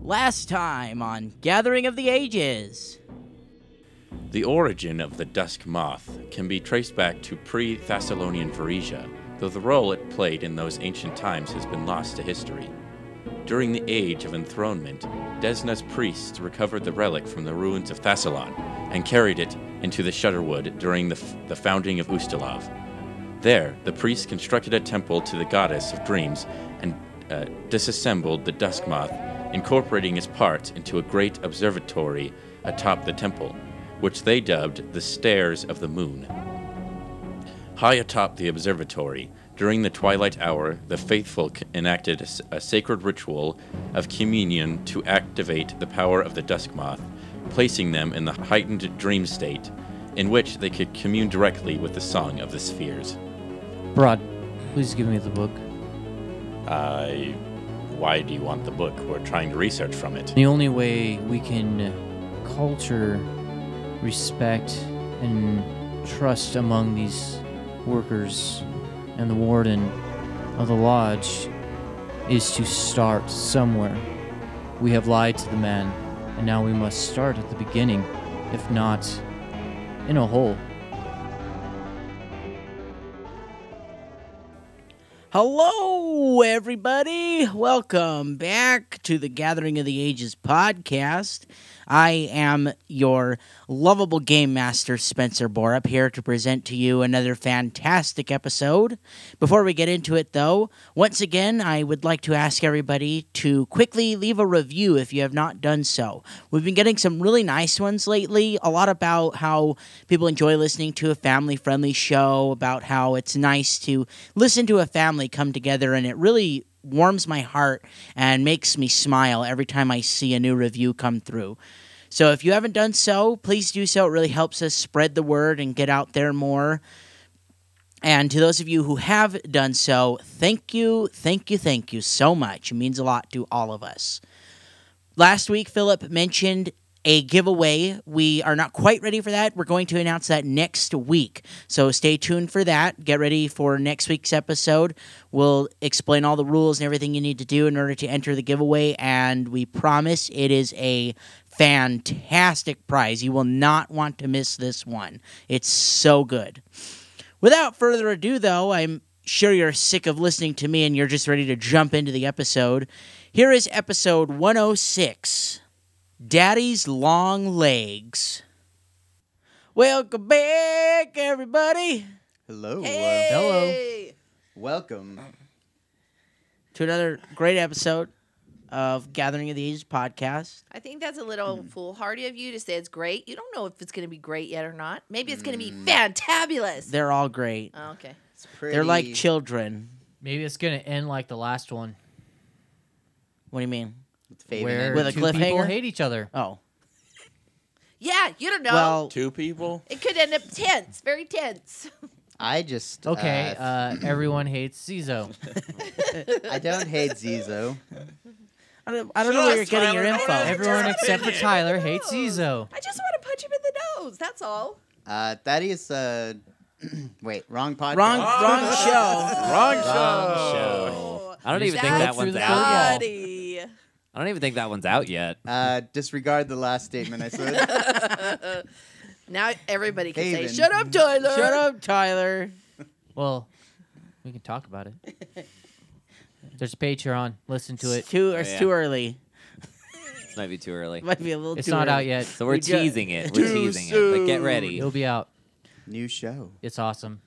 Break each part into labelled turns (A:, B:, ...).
A: Last time on Gathering of the Ages.
B: The origin of the dusk moth can be traced back to pre Thessalonian Varesia, though the role it played in those ancient times has been lost to history. During the Age of Enthronement, Desna's priests recovered the relic from the ruins of Thessalon and carried it into the Shutterwood during the, f- the founding of Ustalav. There, the priests constructed a temple to the goddess of dreams and uh, disassembled the dusk moth, incorporating its parts into a great observatory atop the temple, which they dubbed the Stairs of the Moon. High atop the observatory, during the twilight hour, the faithful c- enacted a, s- a sacred ritual of communion to activate the power of the dusk moth, placing them in the heightened dream state, in which they could commune directly with the song of the spheres.
C: Brod, please give me the book.
B: I. Why do you want the book? We're trying to research from it.
C: The only way we can culture respect and trust among these workers and the warden of the lodge is to start somewhere. We have lied to the man, and now we must start at the beginning, if not in a hole.
A: Hello, everybody. Welcome back to the Gathering of the Ages podcast. I am your lovable game master, Spencer Borup, here to present to you another fantastic episode. Before we get into it, though, once again, I would like to ask everybody to quickly leave a review if you have not done so. We've been getting some really nice ones lately, a lot about how people enjoy listening to a family friendly show, about how it's nice to listen to a family come together, and it really warms my heart and makes me smile every time I see a new review come through. So if you haven't done so, please do so. It really helps us spread the word and get out there more. And to those of you who have done so, thank you, thank you, thank you so much. It means a lot to all of us. Last week, Philip mentioned a giveaway. We are not quite ready for that. We're going to announce that next week. So stay tuned for that. Get ready for next week's episode. We'll explain all the rules and everything you need to do in order to enter the giveaway. And we promise it is a fantastic prize. You will not want to miss this one. It's so good. Without further ado, though, I'm sure you're sick of listening to me and you're just ready to jump into the episode. Here is episode 106 Daddy's Long Legs. Welcome back, everybody.
D: Hello. uh,
A: Hey!
D: Welcome.
A: To another great episode of Gathering of the Ages podcast.
E: I think that's a little
D: Hmm.
E: foolhardy of you to say it's great. You don't know if it's going to be great yet or not. Maybe it's going to be
D: Hmm.
E: fantabulous.
A: They're all great.
E: Oh, okay.
D: It's pretty.
A: They're like children.
C: Maybe it's gonna end like the last one,
A: What do you mean?
D: Fabian
C: where
D: and-
A: With a
C: two
A: cliffhanger?
C: people hate each other.
A: Oh,
E: Yeah, you don't know.
A: well,
B: Two people?
E: it could end up tense, very tense.
D: I just
C: Okay,
D: uh,
C: uh, everyone hates Zizo.
D: I don't hate Zizo.
A: I don't, I don't know where you're getting your info.
C: Everyone
E: Just
C: except for
E: opinion.
C: Tyler hates
E: No.
C: Zizo.
E: I just want to punch him in the nose. That's all.
D: Uh, that is uh, wait, wrong podcast. Uh,
A: Wrong, wrong show.
F: Wrong
D: Wrong
F: show.
D: show.
F: I don't even think
E: That's
F: that one's
C: through the phone.
F: out.
E: Naughty.
F: I don't even think that one's out yet.
D: Uh, disregard the last statement I said.
E: now everybody can
D: Haven.
E: say, "Shut up, Tyler."
A: Shut up, Tyler.
C: Well, we can talk about it. There's a Patreon. Listen to
A: It's
C: it.
A: too, it's
F: Yeah.
A: too early.
F: It might be too early.
A: Might be a little.
C: It's
A: too
C: not
A: early.
C: out yet.
F: So we're
A: We ju-
F: teasing it. We're
A: Too
F: teasing it. But get ready.
C: It'll be out.
D: New show. Hmm.
C: It's awesome.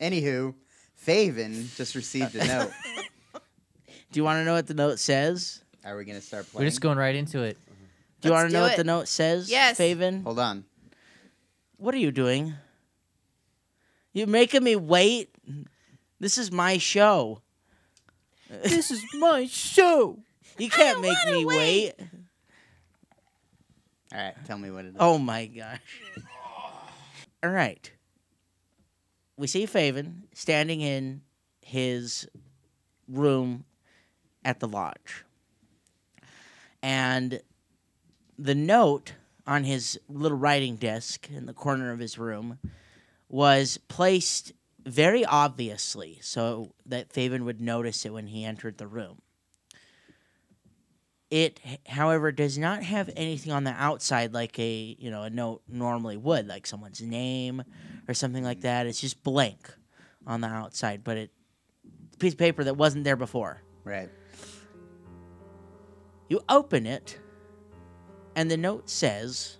D: Anywho, Faven just received a note.
A: Do you want to know what the note says?
D: Are we gonna start playing?
C: We're just going right into it.
A: Do you
E: Let's
A: want to
E: do
A: know what
E: it.
A: the note says?
E: Yes.
A: Faven,
D: Hold on.
A: what are you doing? You're making me wait. This is my show.
C: this is my show.
A: You can't
E: don't
A: make
E: wanna
A: me wait.
E: wait.
D: All right, tell me what it is.
A: Oh my gosh. All right. We see Faven standing in his room at the lodge. And the note on his little writing desk in the corner of his room was placed very obviously so that Faven would notice it when he entered the room. It, h- however, does not have anything on the outside like a you know a note normally would, like someone's name or something like that. It's just blank on the outside, but it it's a piece of paper that wasn't there before.
D: Right.
A: You open it, and the note says,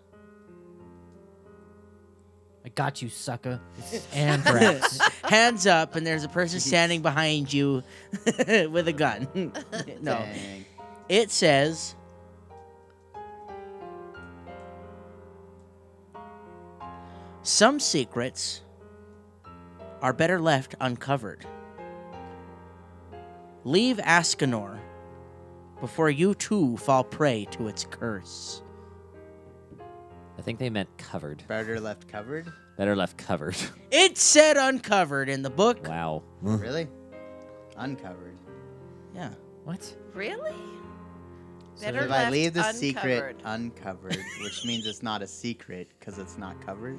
C: I got you, sucker. It's anthrax.
A: "Hands up!" And there's a person standing behind you with a gun. no,
D: Dang.
A: it says. Some secrets are better left uncovered. Leave Ascanor before you too fall prey to its curse.
F: I think they meant covered.
D: Better left covered.
F: Better left covered.
A: It said uncovered in the book.
F: wow.
D: really? Uncovered.
A: Yeah.
F: What?
E: Really?
D: So if I leave the secret uncovered, which means it's not a secret because it's not covered.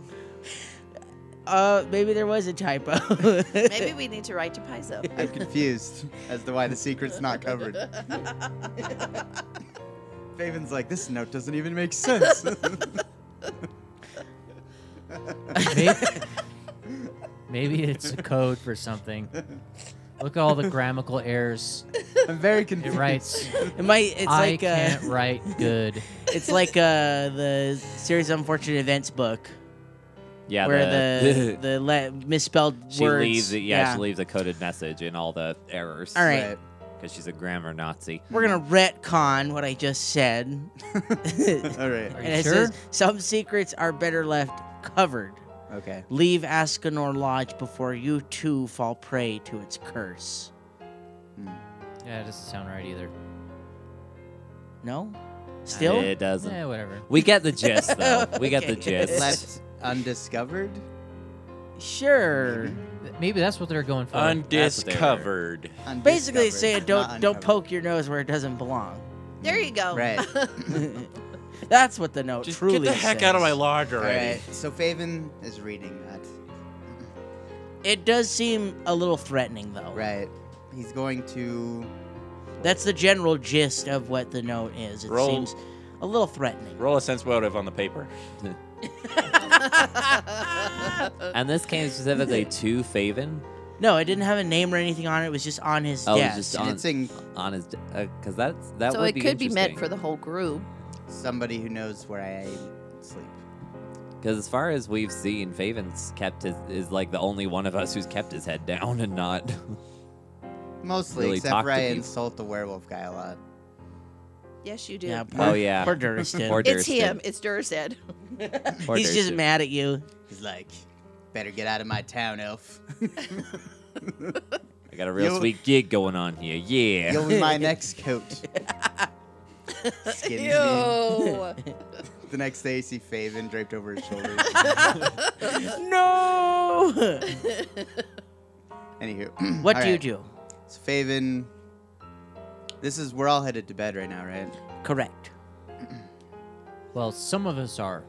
A: Uh, maybe there was a typo.
E: Maybe we need to write to Paizo.
D: I'm confused as to why the secret's not covered. Faven's like, this note doesn't even make sense.
C: maybe, maybe it's a code for something. Look at all the grammatical errors.
D: I'm very
C: It
D: confused.
C: writes,
A: it might. It's
C: I
A: like uh,
C: can't write good.
A: it's like uh the series of unfortunate events book
F: Yeah.
A: where the the le- misspelled
F: she
A: words.
F: leaves. Yeah, she leaves a coded message in all the errors.
A: All right.
D: Right.
F: Because she's a grammar Nazi.
A: We're gonna retcon what I just said. and
D: All right.
C: Are you
A: it
C: sure?
A: says some secrets are better left covered.
D: Okay.
A: Leave Ascanor Lodge before you too fall prey to its curse.
C: Yeah, it doesn't sound right either.
A: No, still
F: It doesn't.
C: Yeah, Eh, whatever.
F: We get the gist, though. We get the
A: Okay.
F: gist.
D: Left undiscovered.
A: sure.
C: Th- Maybe that's what they're going for.
B: Undiscovered.
A: Basically, it's saying
D: Undiscovered,
A: don't
D: not
A: don't
D: uncovered.
A: poke your nose where it doesn't belong.
E: there you go.
D: Right.
A: That's what the note
B: Just
A: truly.
B: get the heck out of my
A: says.
B: lodge
D: All
B: already.
D: right. So Faven is reading that.
A: It does seem a little threatening, though.
D: Right. He's going to.
A: That's the general gist of what the note is. It
B: Roll-
A: seems a little threatening.
B: Roll a sense motive on the paper.
F: And this came specifically to Faven
A: No, it didn't have a name or anything on it. It was just on his
F: Oh, it was
A: desk.
F: just
D: And
F: On-
D: it's in
F: on his because that's that
E: so
F: would
E: it could be meant for
F: interesting.
E: the whole group.
D: somebody who knows where I sleep.
F: Because as far as we've seen, Faven's kept his is like the only one of us who's kept his head down and not.
D: Mostly,
F: Really
D: except
F: talk
D: for
F: to
D: I
F: people.
D: insult the werewolf guy a lot.
E: Yes, you do.
A: Yeah, poor,
F: oh yeah,
A: poor Duristan.
F: Poor
E: it's
F: Durstan.
E: him. It's Durstead.
F: Poor
A: He's just
F: Durstan.
A: mad at you.
D: He's like, better get out of my town, elf.
F: I got a real
D: You'll-
F: sweet gig going on here. Yeah.
D: You'll be my next coat. Skins me. The next day, you see Faven draped over his shoulders.
F: Uh,
A: No.
D: Anywho,
A: what
D: all
A: do you
D: right.
A: do?
D: So Faven, this is we're all headed to bed right now, right?
A: Correct.
C: Well, some of us are.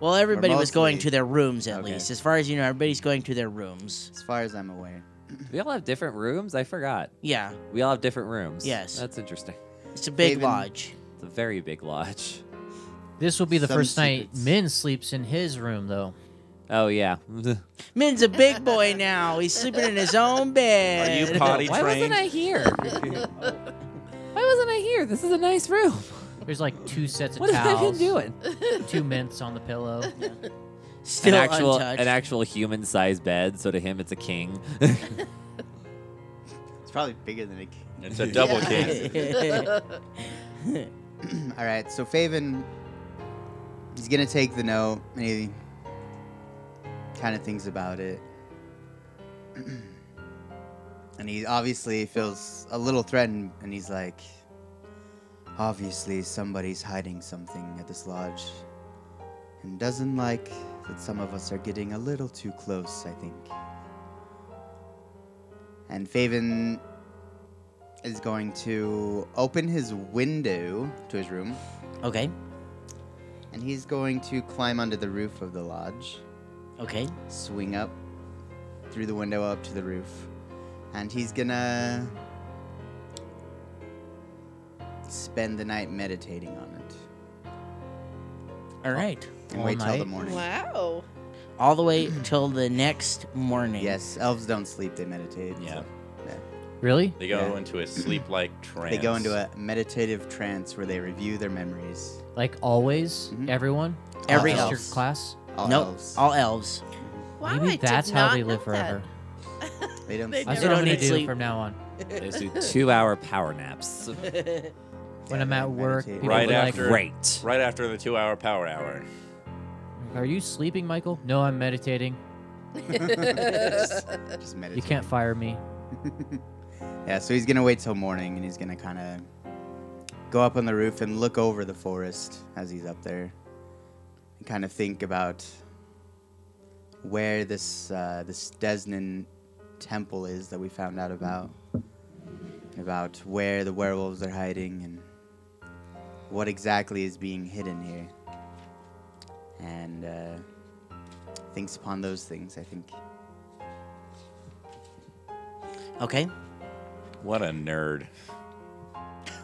A: Well, everybody was going
D: mostly-
A: to their rooms at
D: Okay.
A: least. As far as you know, everybody's going to their rooms.
D: As far as I'm aware.
F: We all have different rooms. I forgot.
A: Yeah,
F: We all have different rooms.
A: Yes.
F: That's interesting.
A: it's a big
D: Faven-
A: lodge.
F: It's a very big lodge.
C: This will be the
D: Some
C: first
D: secrets.
C: night Min sleeps in his room, though.
F: Oh yeah.
A: Min's a big boy now. He's sleeping in his own
B: Are
A: bed.
B: you potty
F: Why wasn't
B: trained?
F: I here? Why wasn't I here? This is a nice room.
C: There's like two sets of
F: What have I
C: towels.
F: been doing?
C: Two mints on the pillow.
A: Still
F: an actual
A: untouched.
F: an actual human sized bed, so to him it's a king.
D: It's probably bigger than a king.
B: It's a double
E: Yeah.
B: king.
D: All right, so Faven, he's gonna take the note and he kind of thinks about it, and he obviously feels a little threatened, and he's like, obviously somebody's hiding something at this lodge, and doesn't like that some of us are getting a little too close. I think. And Faven is going to open his window to his room
A: okay.
D: and he's going to climb onto the roof of the lodge,
A: Okay.
D: swing up through the window up to the roof, and he's gonna spend the night meditating on it
A: All right.
D: and
C: All
D: wait till the
C: night?
D: morning.
E: Wow.
A: All the way till the next morning.
D: Yes, elves don't sleep; they meditate.
B: Yeah.
C: Really?
B: They go
D: Yeah.
B: into a sleep like trance.
D: They go into a meditative trance where they review their memories.
C: Like always,
D: Mhm.
C: everyone.
A: Every
C: Just
A: elf.
C: your class.
D: All
A: nope.
D: elves.
A: All elves.
E: Wow. I
C: Maybe
E: did
C: that's how
E: not
C: they
E: know
C: live
E: that.
C: forever.
D: they don't.
E: They
A: They
C: That's
D: sleep.
C: what I'm
A: don't
C: gonna
A: need
C: do
A: sleep.
C: from now on.
F: Just do two-hour power naps.
C: When
D: Yeah,
C: I'm
D: they
C: at work,
D: meditate.
C: people
B: Right
C: are like,
B: after-
F: Great.
B: Right after the two hour power hour.
C: "Are you sleeping, Michael?" No, I'm meditating.
D: just, just meditate.
C: You can't fire me.
D: Yeah, so he's gonna wait till morning, and he's gonna kind of go up on the roof and look over the forest as he's up there, and kind of think about where this uh, this Desnan temple is that we found out about, about where the werewolves are hiding, and what exactly is being hidden here. And uh, thinks upon those things. I think.
A: Okay.
B: What a nerd.
A: Uh,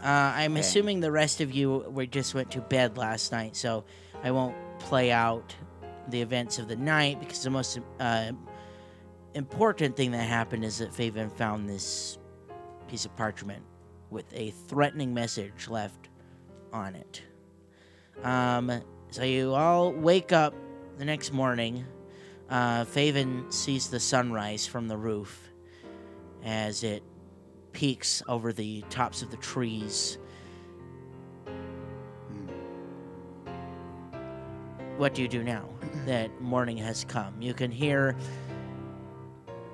A: I'm assuming the rest of you were just went to bed last night, so I won't play out the events of the night because the most uh, important thing that happened is that Faven found this piece of parchment with a threatening message left on it. Um, so you all wake up the next morning. Uh, Faven sees the sunrise from the roof as it peaks over the tops of the trees. Hmm. What do you do now that morning has come? You can hear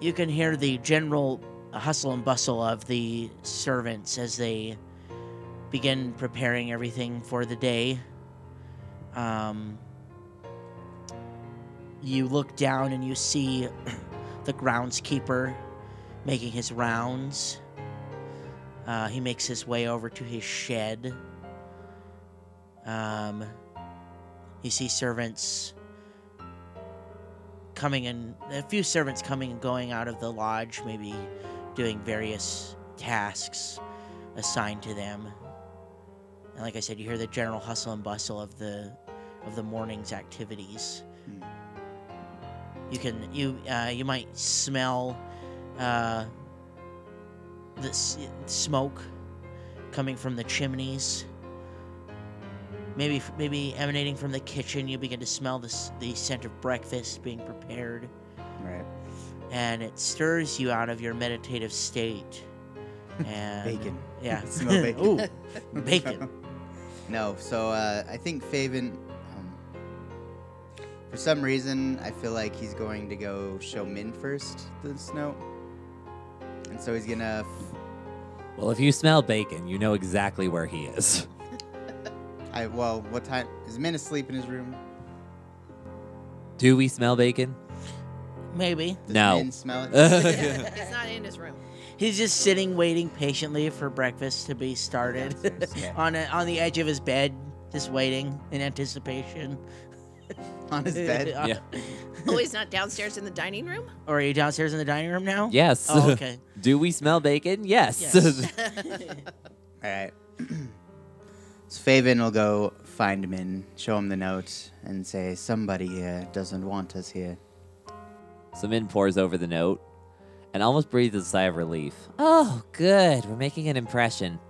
A: you can hear the general hustle and bustle of the servants as they begin preparing everything for the day. Um, you look down and you see the groundskeeper making his rounds. Uh, he makes his way over to his shed. Um, you see servants coming and a few servants coming and going out of the lodge, maybe doing various tasks assigned to them. And like I said, you hear the general hustle and bustle of the of the morning's activities.
D: Hmm.
A: You can you uh, you might smell uh, the s- smoke coming from the chimneys. Maybe, maybe emanating from the kitchen, you begin to smell the, s- the scent of breakfast being prepared,
D: Right.
A: and it stirs you out of your meditative state. And
D: Bacon.
A: yeah,
D: Smell bacon.
A: Ooh, bacon.
D: No, so uh, I think Faven, um, for some reason, I feel like he's going to go show Min first the snow, and so he's gonna. F-
F: Well, if you smell bacon, you know exactly where he is.
D: I well, what time is Min asleep in his room?
F: Do we smell bacon?
A: Maybe
D: Does
F: No.
D: Min smell it?
F: That's
E: It's not in his room.
A: he's just sitting, waiting patiently for breakfast to be started,
D: Downstairs, yeah.
A: on a, on the edge of his bed, just waiting in anticipation.
D: on his bed.
A: Yeah.
E: Oh, he's not downstairs in the dining room?
A: Or are you downstairs in the dining room now?
F: Yes.
A: Oh, okay.
F: Do we smell bacon? Yes.
A: Yes.
D: All right. so Faven will go find Min, show him the note, and say somebody here doesn't want us here.
F: so Min pours over the note and almost breathes a sigh of relief. Oh, good. We're making an impression.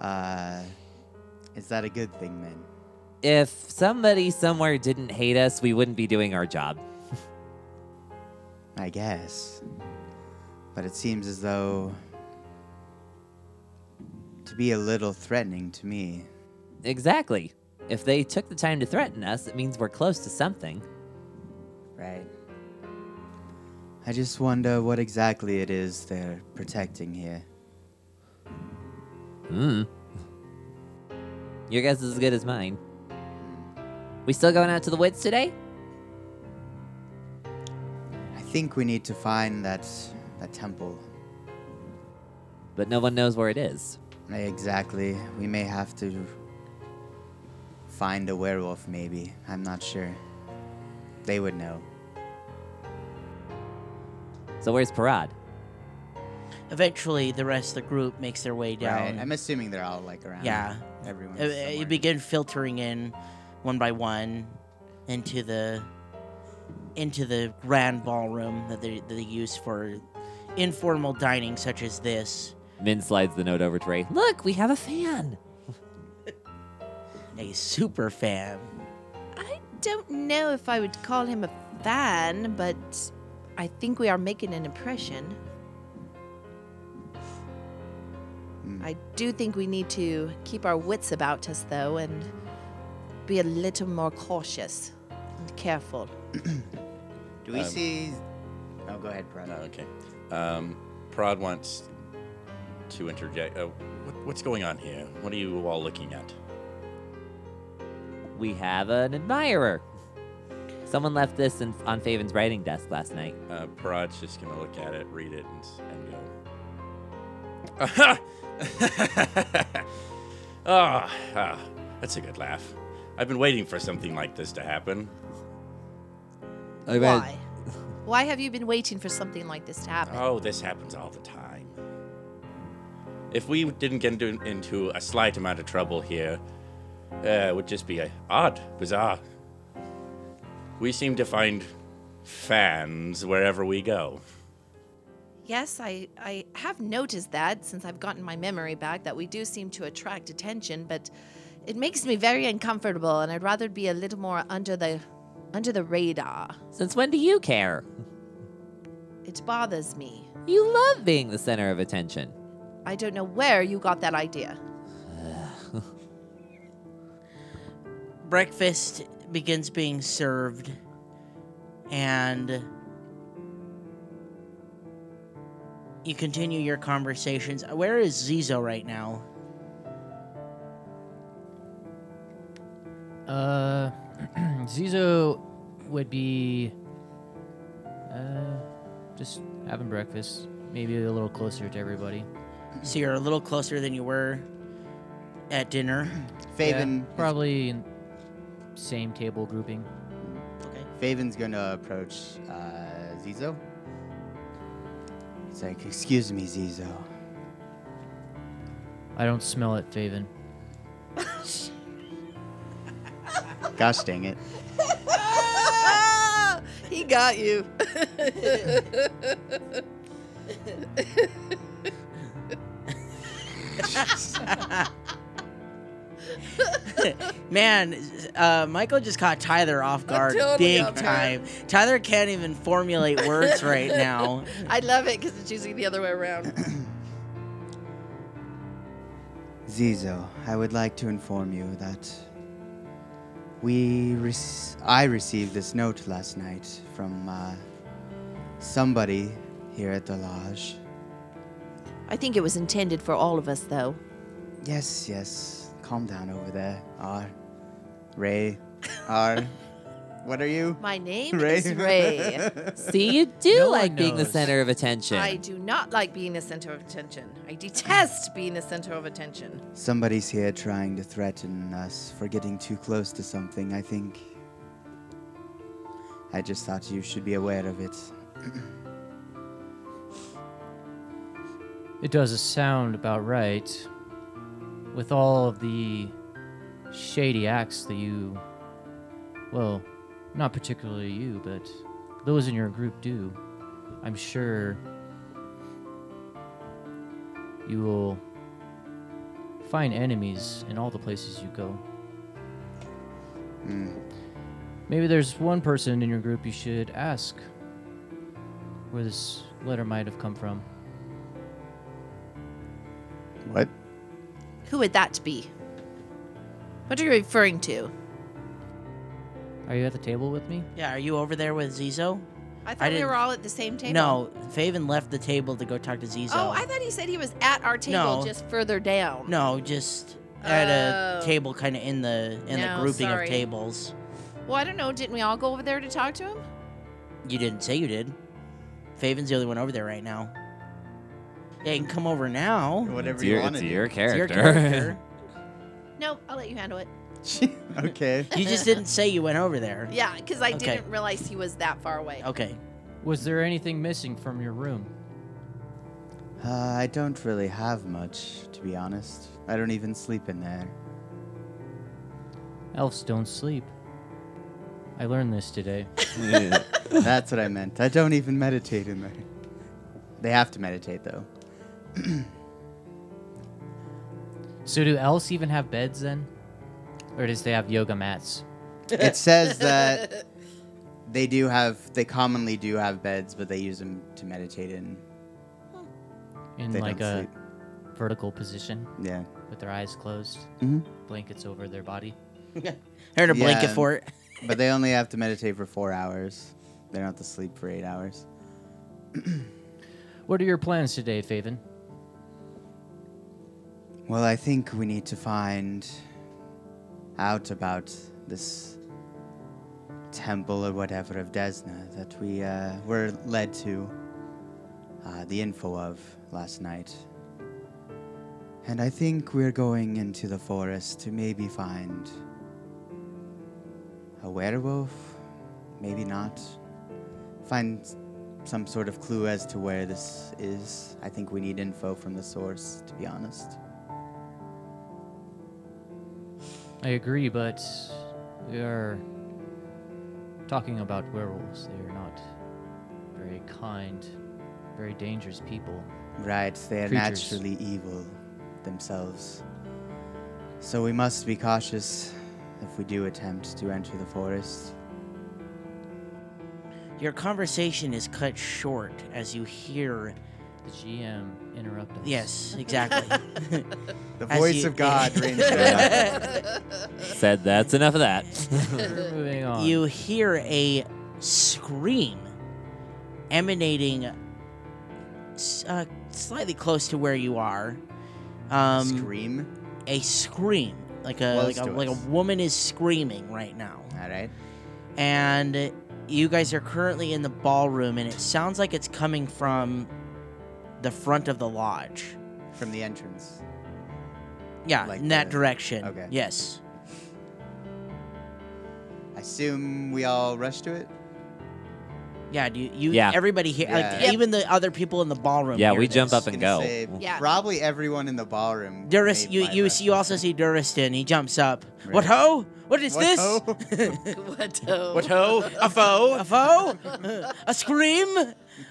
D: Uh, is that a good thing, Min?
F: If somebody somewhere didn't hate us, we wouldn't be doing our job.
D: I guess. But it seems as though to be a little threatening to me.
F: Exactly. If they took the time to threaten us, it means we're close to something.
D: Right. I just wonder what exactly it is they're protecting here.
F: Mm. Your guess is as good as mine.
A: Hmm.
F: We still going out to the woods today?
D: I think we need to find that that temple.
F: But no one knows where it is.
D: Eh, Exactly. We may have to find a werewolf maybe. I'm not sure. They would know.
F: So where's Parad?
A: eventually the rest of the group makes their way down.
D: Right. I'm assuming they're all like around.
A: um, Yeah.
D: Everyone.
A: Uh, uh, you begin filtering in one by one into the into the grand ballroom that they, that they use for informal dining such as this
F: Min slides the note over to Ray. Look, we have a fan.
A: a super fan
E: I don't know if I would call him a fan, but I think we are making an impression.
F: Hmm.
E: I do think we need to keep our wits about us, though, and be a little more cautious and careful.
D: Do
A: um,
D: we see? Oh, go ahead, Brad.
B: No, okay. Um, Prod wants to interject. Uh, what, what's going on here? What are you all looking at?
F: We have an admirer. Someone left this in, on Faven's writing desk last night.
B: Uh, Parad's just gonna look at it, read it, and, s- and go. Aha! Ah, ah, that's a good laugh. I've been waiting for something like this to happen.
E: Why? Why have you been waiting for something like this to happen?
B: Oh, this happens all the time. If we didn't get into, into a slight amount of trouble here, uh, it would just be uh, odd, bizarre. We seem to find fans wherever we go.
E: Yes, I, I have noticed that since I've gotten my memory back that we do seem to attract attention, but it makes me very uncomfortable and I'd rather be a little more under the under the radar.
F: Since when do you care?
E: It bothers me.
F: You love being the center of attention.
E: I don't know where you got that idea.
A: breakfast begins being served and you continue your conversations where is zizo right now
C: Uh, Zizo would be uh, just having breakfast, maybe a little closer to everybody.
A: so you're a little closer than you were at dinner
D: Faven.
C: Yeah, probably in same table grouping.
A: okay
D: Faven's gonna approach uh, Zizo. He's like, "Excuse me, Zizo.
C: I don't smell it, Faven.
D: Gosh dang it!
E: he got you.
A: Man, uh, Michael just caught Tyler off guard
E: totally
A: big
E: off
A: time.
E: guard.
A: Tyler can't even formulate words right now.
E: I love it because it's usually the other way around.
D: Zizo, I would like to inform you that we rec- I received this note last night from uh, somebody here at the lodge.
E: I think it was intended for all of us, though.
D: Yes, yes. Calm down over there. R. Ray. R. what are you?
E: My name
D: Ray.
E: is Ray.
F: See, you do
C: No one
F: like being the
C: knows.
F: center of attention.
E: I do not like being the center of attention. I detest being the center of attention.
D: Somebody's here trying to threaten us for getting too close to something, I think. I just thought you should be aware of it.
C: It does sound about right. With all of the shady acts that you, well, not particularly you, but those in your group do, I'm sure you will find enemies in all the places you go. Maybe there's one person in your group you should ask where this letter might have come from.
D: What?
E: Who would that be? What are you referring to?
C: Are you at the table with me?
A: Yeah, are you over there with Zizo?
E: I thought we
A: didn't-
E: were all at the same table.
A: No, Faven left the table to go talk to Zizo.
E: Oh, I thought he said he was at our table,
A: No.
E: just further down.
A: No, just at a
E: Oh.
A: table kind of in the in
E: No,
A: the grouping
E: sorry.
A: of tables.
E: Well, I don't know. Didn't we all go over there to talk to him?
A: You didn't say you did. Faven's the only one over there right now. Yeah, you can come over now.
D: Whatever
F: it's your,
D: wanna
F: it's your
A: It's
F: character.
A: your character.
E: No, I'll let you handle it.
D: okay.
A: you just didn't say you went over there.
E: Yeah, because I
A: Okay.
E: didn't realize he was that far away.
A: Okay.
C: Was there anything missing from your room?
D: Uh, I don't really have much, to be honest. I don't even sleep in there.
C: Elves don't sleep. I learned this today.
D: That's what I meant. I don't even meditate in there. They have to meditate, though.
C: So, do elves even have beds then? Or does they have yoga mats?
D: It says that they do have, they commonly do have beds, but they use them to meditate in.
C: In
D: They
C: like
D: don't
C: a
D: sleep.
C: vertical position
D: Yeah.
C: with their eyes closed,
D: Mm-hmm.
C: blankets over their body?
A: I heard a blanket
D: Yeah.
A: for it.
D: But they only have to meditate for four hours. They don't have to sleep for eight hours.
C: What are your plans today, Faven?
D: Well, I think we need to find out about this temple or whatever of Desna that we uh, were led to uh, the info of last night. And I think we're going into the forest to maybe find a werewolf, maybe not. Find s- some sort of clue as to where this is. I think we need info from the source, to be honest.
C: I agree, but we are talking about werewolves. They are not very kind, very dangerous people.
D: Right, they are
C: creatures.
D: naturally evil themselves. So we must be cautious if we do attempt to enter the forest.
A: Your conversation is cut short as you hear.
C: The GM interrupted.
A: Yes, exactly.
D: The
A: As voice you- of God
D: rings
F: Said that's enough of that.
C: We're moving on.
A: you hear a scream emanating s- uh, slightly close to where you are. Um,
D: Scream.
A: A scream, like a
D: Close
A: like a,
D: to
A: like a
D: us.
A: woman is screaming right now,
D: All right.
A: and you guys are currently in the ballroom, and it sounds like it's coming from the front of the lodge.
D: From the entrance.
A: Yeah,
D: Like
A: in that
D: the-
A: direction.
D: okay.
A: Yes.
D: I assume we all rush to it?
A: Yeah. Do you? you
F: Yeah.
A: Everybody here,
D: Yeah.
A: like
E: Yep.
A: even the other people in the ballroom.
F: yeah,
A: hear
F: we jump
A: this.
F: up and
D: Gonna
F: go.
D: say
E: Yeah.
D: Probably everyone in the ballroom.
A: Duris,
D: made
A: you
D: my
A: you
D: rush.
A: see, you also see Duristan. He jumps up.
D: Right.
A: What ho? What is
D: What Oh,
A: this?
D: ho?
E: what? Oh.
A: ho? A foe? A foe? A scream?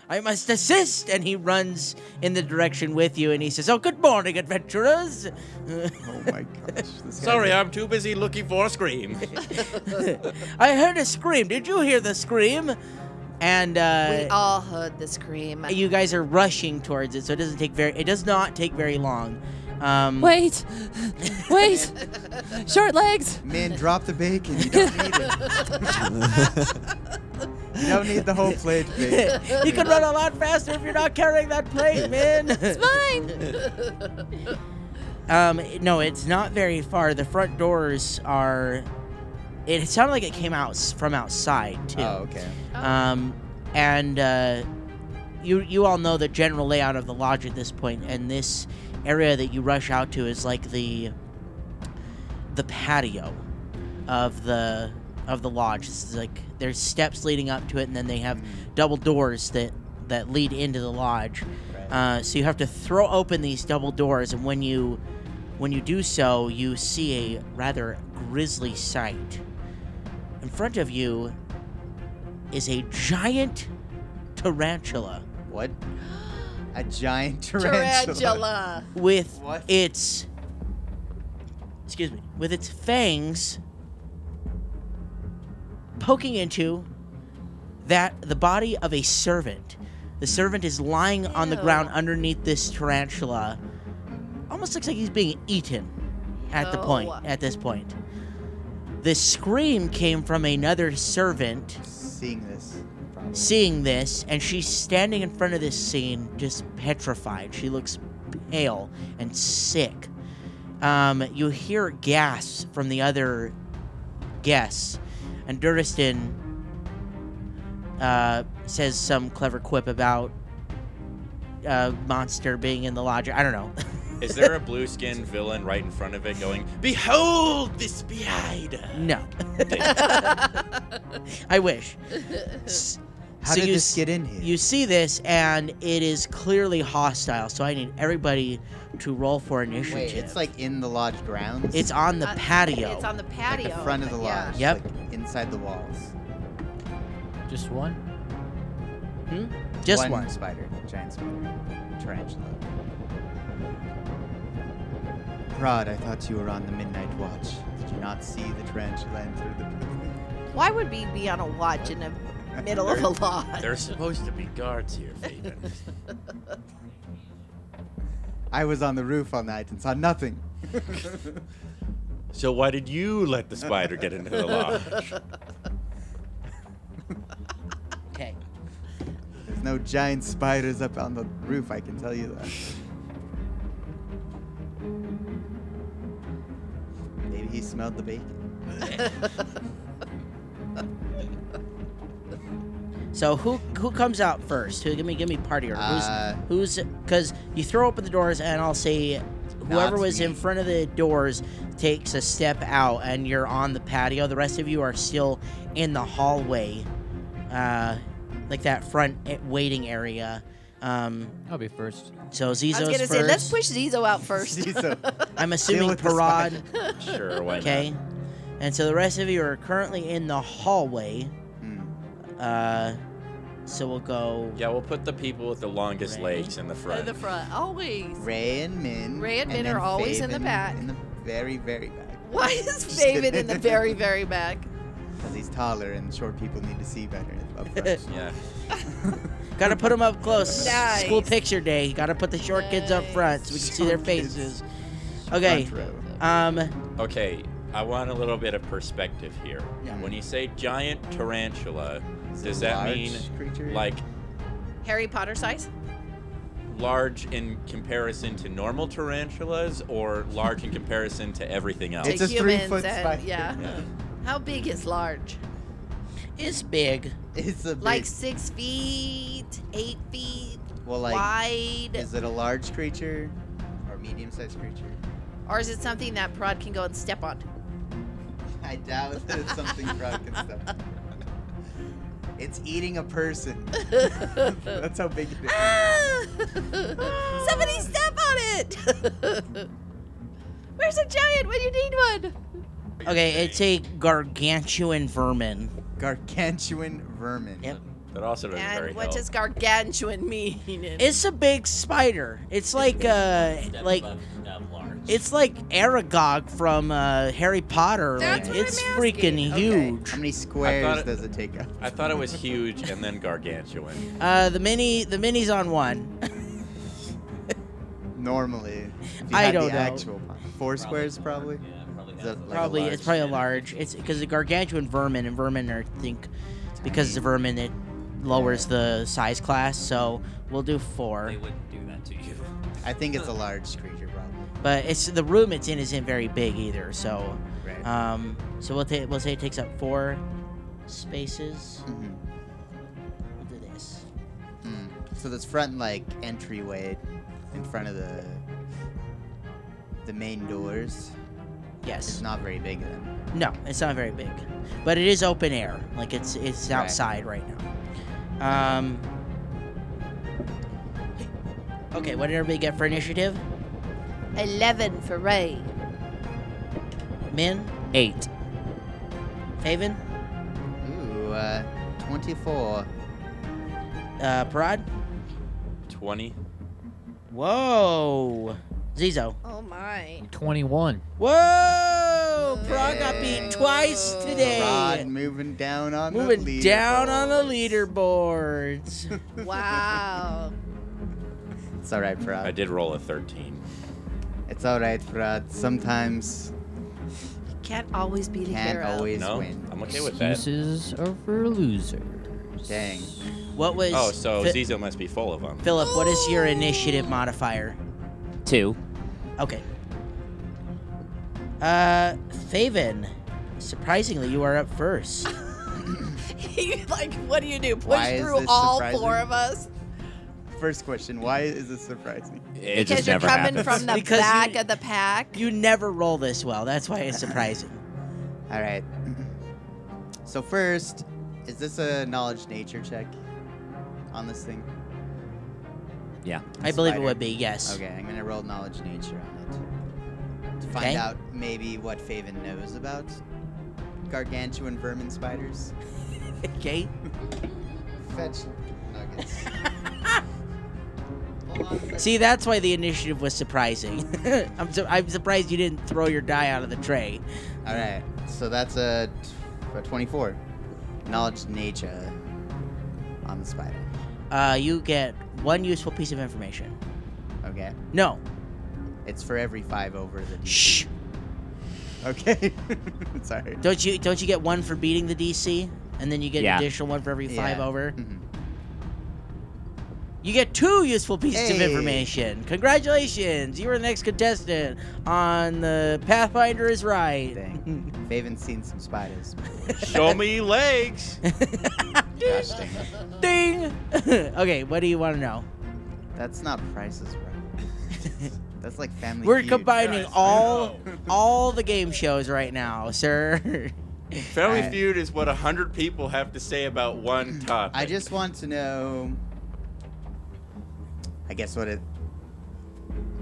A: I must assist. And he runs in the direction with you, and he says, "Oh, good morning, adventurers."
D: Oh my gosh. This guy-
B: Sorry, I'm too busy looking for a scream.
A: I heard a scream. Did you hear the scream? And
E: We
A: uh,
E: all heard the scream.
A: you guys are rushing towards it, so it doesn't take very. It does not take very long. Um,
F: Wait! Wait! Short legs!
D: Man, drop the bacon. You don't need it. you don't need the whole plate, babe.
A: you can run a lot faster if you're not carrying that plate, man.
F: Mine!
A: Um, no, it's not very far. The front doors are. It sounded like it came out s- from outside too.
D: Oh, okay.
A: Um, and uh, you you all know the general layout of the lodge at this point, and this area that you rush out to is like the the patio of the of the lodge. This is like there's steps leading up to it, and then they have double doors that that lead into the lodge. Uh, so you have to throw open these double doors, and when you when you do so, you see a rather grisly sight. In front of you is a giant tarantula
D: What? A giant tarantula.
E: Tarantula.
A: with
D: What?
A: its excuse me with its fangs poking into that the body of a servant the servant is lying on the
E: Ew.
A: ground underneath this tarantula almost looks like he's being eaten at the point
E: Ew.
A: at this point the scream came from another servant
D: Seeing this. probably.
A: seeing this, and she's standing in front of this scene, just petrified. She looks pale and sick. Um, you hear gasps from the other guests, and Duristan uh, says some clever quip about uh, monster being in the lodge. I don't know.
B: Is there a blue skinned villain right in front of it going, Behold this behind!
A: no, I wish. S-
D: How
A: So
D: did
A: you
D: this
A: s-
D: get in here?
A: You see this, and it is clearly hostile. So I need everybody to roll for initiative.
D: Wait, it's like in the lodge grounds.
A: it's on the
E: Uh,
A: patio.
E: It's on the
D: like
E: patio.
D: the front of the
E: but yeah.
D: lodge.
A: Yep.
D: Like inside the walls.
C: Just one?
A: Just one.
D: spider, giant spider, tarantula. Prod, I thought you were on the midnight watch. Did you not see the tarantula and through the?
E: Why would we be on a watch in the middle of a lodge?
B: There's supposed to be guards here, Faven.
D: I was on the roof all night and saw nothing.
B: so why did you let the spider get into the lodge?
A: Okay.
D: There's no giant spiders up on the roof. I can tell you that. Maybe he smelled the bacon.
A: So who who comes out first? Who give me give me party order?
D: Uh,
A: who's who's because you throw open the doors and I'll say whoever
D: Not
A: was in
D: me.
A: front of the doors takes a step out and you're on the patio. The rest of you are still in the hallway, uh, like that front eh, waiting area. Um,
C: I'll be first.
A: so Zizo's
E: I was gonna
A: first.
E: say, let's push Zizo out first.
D: Zizo.
A: I'm
D: Deal
A: assuming
D: with the
A: Parad.
D: spider.
B: sure, why
A: Okay, and so the rest of you are currently in the hallway.
D: Hmm.
A: Uh, so we'll go.
B: not? Yeah, we'll put the people with the longest
A: Right.
B: legs in the
E: To
B: front.
E: the front, always.
D: Ray and Min.
E: Ray and Min
D: then
E: are always in the
D: Faven
E: back.
D: In the very, very back.
E: Why is David in the very, very back?
D: Because he's taller and short people need to see better. Up front.
B: Yeah.
A: Gotta put them up close.
E: Nice.
A: School picture day. Gotta put the short kids up front so we can see their
D: Short kids.
A: faces. Okay.
D: Front row.
A: Um.
B: Okay, I want a little bit of perspective here.
D: Yeah.
B: When you say giant tarantula,
D: Is it
B: does
D: a
B: that
D: large
B: mean
D: creature?
B: like
E: Harry Potter size?
B: large in comparison to normal tarantulas or large in comparison to everything else?
D: It's
E: to
D: a
E: humans
D: three-foot
E: and-
D: spider.
E: Yeah. How big is large?
A: It's big.
D: It's a big,
E: Like six feet, eight feet,
D: well, like,
E: wide?
D: is it a large creature or medium-sized creature?
E: Or is it something that Prod can go and step on?
D: I doubt that it's something Brock can stuff. It's eating a person. That's how big it is.
E: Ah! Somebody step on it! Where's a giant when you need one?
A: Okay, it's a gargantuan vermin.
D: Gargantuan vermin.
A: Yep.
B: That also doesn't very
E: And what
B: help.
E: does gargantuan mean? in-
A: It's a big spider. It's like uh like it's like Aragog from uh, Harry Potter.
E: That's
A: like
E: what
A: it's
E: I'm
A: freaking
E: asking. Okay.
A: huge.
D: How many squares
B: it-
D: does it take up?
B: I thought it was huge and then gargantuan.
A: Uh, the mini the mini's on one.
D: Normally, if you
A: I
D: had
A: don't
D: the
A: know.
D: actual four squares probably. Is that like a
A: probably it's probably a
D: large-
A: large. It's because the gargantuan vermin and vermin are I think because it's a vermin it lowers the size class. So we'll do four.
F: wouldn't do that to you.
D: I think it's a large creature probably.
A: But it's the room it's in isn't very big either. So
D: Right.
A: um so we'll ta- we'll say it takes up four spaces.
D: Mhm.
A: We'll do this.
D: Mm. So this front like entryway in front of the the main doors
A: Yes.
D: is not very big then.
A: No, it's not very big, but it is open air. Like it's it's
D: Right.
A: outside right, now. Um. Okay, what did everybody get for initiative?
E: 11 for Ray.
A: Min,
F: Eight.
A: Haven,
D: Ooh, uh, 24.
A: uh, Parad.
B: 20.
A: Whoa, Zizo.
E: Oh my.
C: 21.
A: Whoa, Parad got beat twice
D: Rod
A: today.
D: moving down on the
A: Moving
D: leaderboard.
A: down on the leaderboards.
E: Wow.
D: It's all right,
B: I
D: Rod.
B: did roll a 13.
D: It's all right, Rod. Sometimes
E: you can't always be the
D: can't
E: hero.
D: always
B: No,
D: win.
B: I'm okay with that.
C: Excuses are for losers.
D: Dang.
A: What was?
B: Oh, so
A: Fi-
B: Zizo must be full of them.
A: Philip, what is your initiative modifier?
F: Two.
A: Okay. Uh, Faven, surprisingly, you are up first.
E: He, like, what do you do? Push
D: Why is
E: through
D: this
E: all
D: surprising?
E: four of us?
D: First question, why is this surprising?
F: It
E: because
F: just
E: you're
F: never
E: coming
F: happens.
E: from the
A: Because you-
E: back of the pack.
A: You never roll this well. That's why it's surprising.
D: All right. So first, is this a knowledge nature check? on this thing?
F: Yeah.
A: I believe it
D: Spider.
A: would be, yes.
D: Okay, I'm gonna roll knowledge nature on it to
A: Okay.
D: find out maybe what Faven knows about gargantuan vermin spiders.
A: Okay.
D: Fetch nuggets.
A: See, that's why the initiative was surprising. I'm, su- I'm surprised you didn't throw your die out of the tray.
D: All right, so that's a, t- a 24. Knowledge nature on the spider.
A: Uh, you get one useful piece of information.
D: Okay,
A: No.
D: it's for every five over the. D-
A: Shh.
D: Okay, sorry.
A: Don't you don't you get one for beating the DC, and then you get
F: Yeah.
A: an additional one for every five
D: Yeah.
A: over?
D: Mhm.
A: You get two useful pieces of
D: Hey.
A: information. Congratulations! You are the next contestant on the Pathfinder is right.
D: Dang. Faven's seen some spiders.
B: Show me legs.
D: Gosh dang it.
A: Ding. okay, what do you want to know?
D: That's not prices right. That's like family.
A: We're
D: Feud.
A: combining
B: Yes, I
A: all
B: know.
A: all the game shows right now, sir.
B: Family
D: I-
B: Feud is what a hundred people have to say about one topic.
D: I just want to know. I guess what it.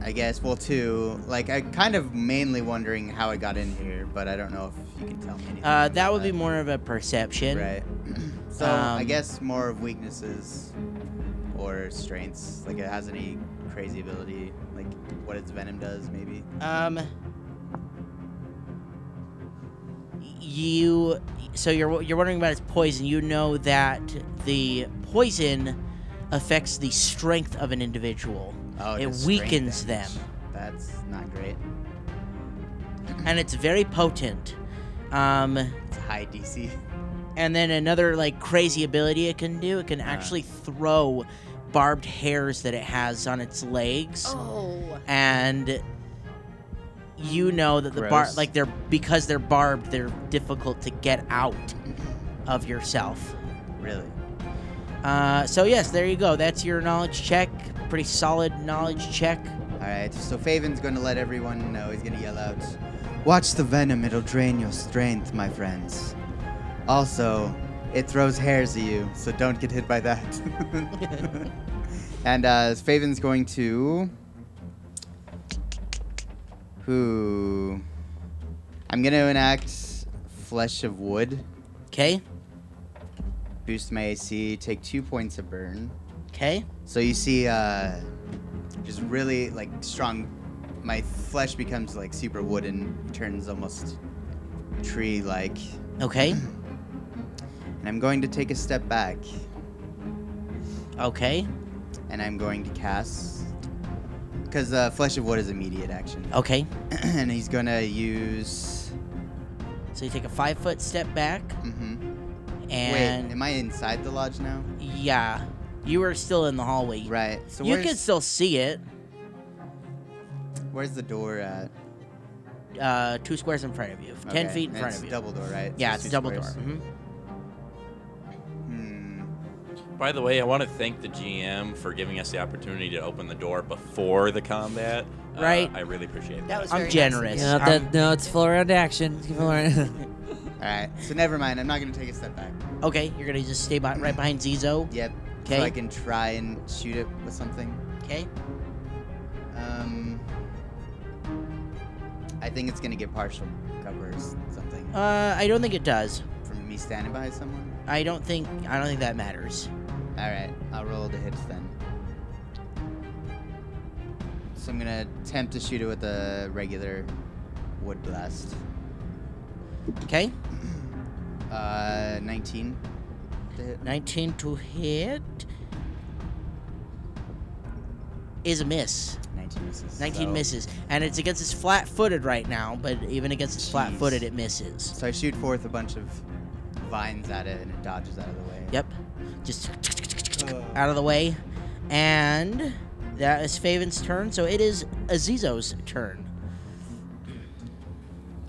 D: I guess well too. Like I kind of mainly wondering how it got in here, but I don't know if you can tell me. Anything
A: Uh, that
D: about
A: would be more of a perception.
D: Right. so I
A: Um,
D: guess more of weaknesses or strengths. Like it has any crazy ability, like what its venom does, maybe.
A: Um. You, so you're you're wondering about its poison. You know that the poison affects the strength of an individual,
D: Oh,
A: It
D: does strength
A: weakens them.
D: damage. That's not great.
A: and it's very potent. Um,
D: It's high DC.
A: and then another like crazy ability it can do, it can actually throw barbed hairs that it has on its legs.
E: Oh.
A: and you know that the bar
D: Gross.
A: like they're because they're barbed they're difficult to get out of yourself
D: Really?
A: uh, so yes there you go that's your knowledge check pretty solid knowledge check
D: Alright, so Faven's gonna let everyone know. He's gonna yell out Watch the venom, it'll drain your strength, my friends. Also, it throws hairs at you, so don't get hit by that. and uh Faven's going to Who I'm gonna enact Flesh of Wood,
A: okay
D: boost my AC, take two points of burn.
A: okay
D: So you see, uh, just really like strong. My flesh becomes like super wooden, turns almost tree-like,
A: okay
D: and I'm going to take a step back,
A: okay
D: and I'm going to cast because uh, flesh of wood is immediate action,
A: okay
D: and he's gonna use.
A: so you take a five foot step back
D: hmm Wait,
A: and
D: am I inside the lodge now?
A: yeah you were still in the hallway
D: Right. So
A: you
D: where's,
A: can still see it
D: where's the door at?
A: uh, two squares in front of you ten
D: Okay,
A: feet in
D: and
A: front
D: it's
A: of you
D: Double door, right?
A: yeah
D: So
A: it's
D: two
A: double door
D: squares. Mm-hmm.
A: Mhm.
D: Hmm.
B: By the way, I want to thank the GM for giving us the opportunity to open the door before the combat. Uh,
A: Right.
B: I really appreciate
E: That
B: that.
E: was
A: i'm
E: very nice of
A: generous
F: No,
A: I'm-
C: Um,
F: that, no, it's full round action. Full round-
D: All right. So never mind. I'm not gonna take a step back.
A: Okay, you're gonna just stay by, right behind Zizo.
D: Yep.
A: Okay.
D: So I can try and shoot it with something.
A: Okay.
D: Um, I think it's gonna get partial cover or s- something
A: Uh, I don't think it does.
D: from me standing by someone.
A: I don't think I don't think that matters.
D: All right, I'll roll the hits then. So I'm gonna attempt to shoot it with a regular wood blast.
A: Okay,
D: Uh, 19. To hit.
A: 19 to hit is a miss.
D: 19 misses.
A: 19
D: so-
A: misses, and it's against its flat-footed right now. But even against its
D: Jeez.
A: flat-footed, it misses.
D: So I shoot forth a bunch of vines at it, and it dodges out of the way.
A: Yep, just out of the way, and that is Faven's turn. So it is Azizo's turn.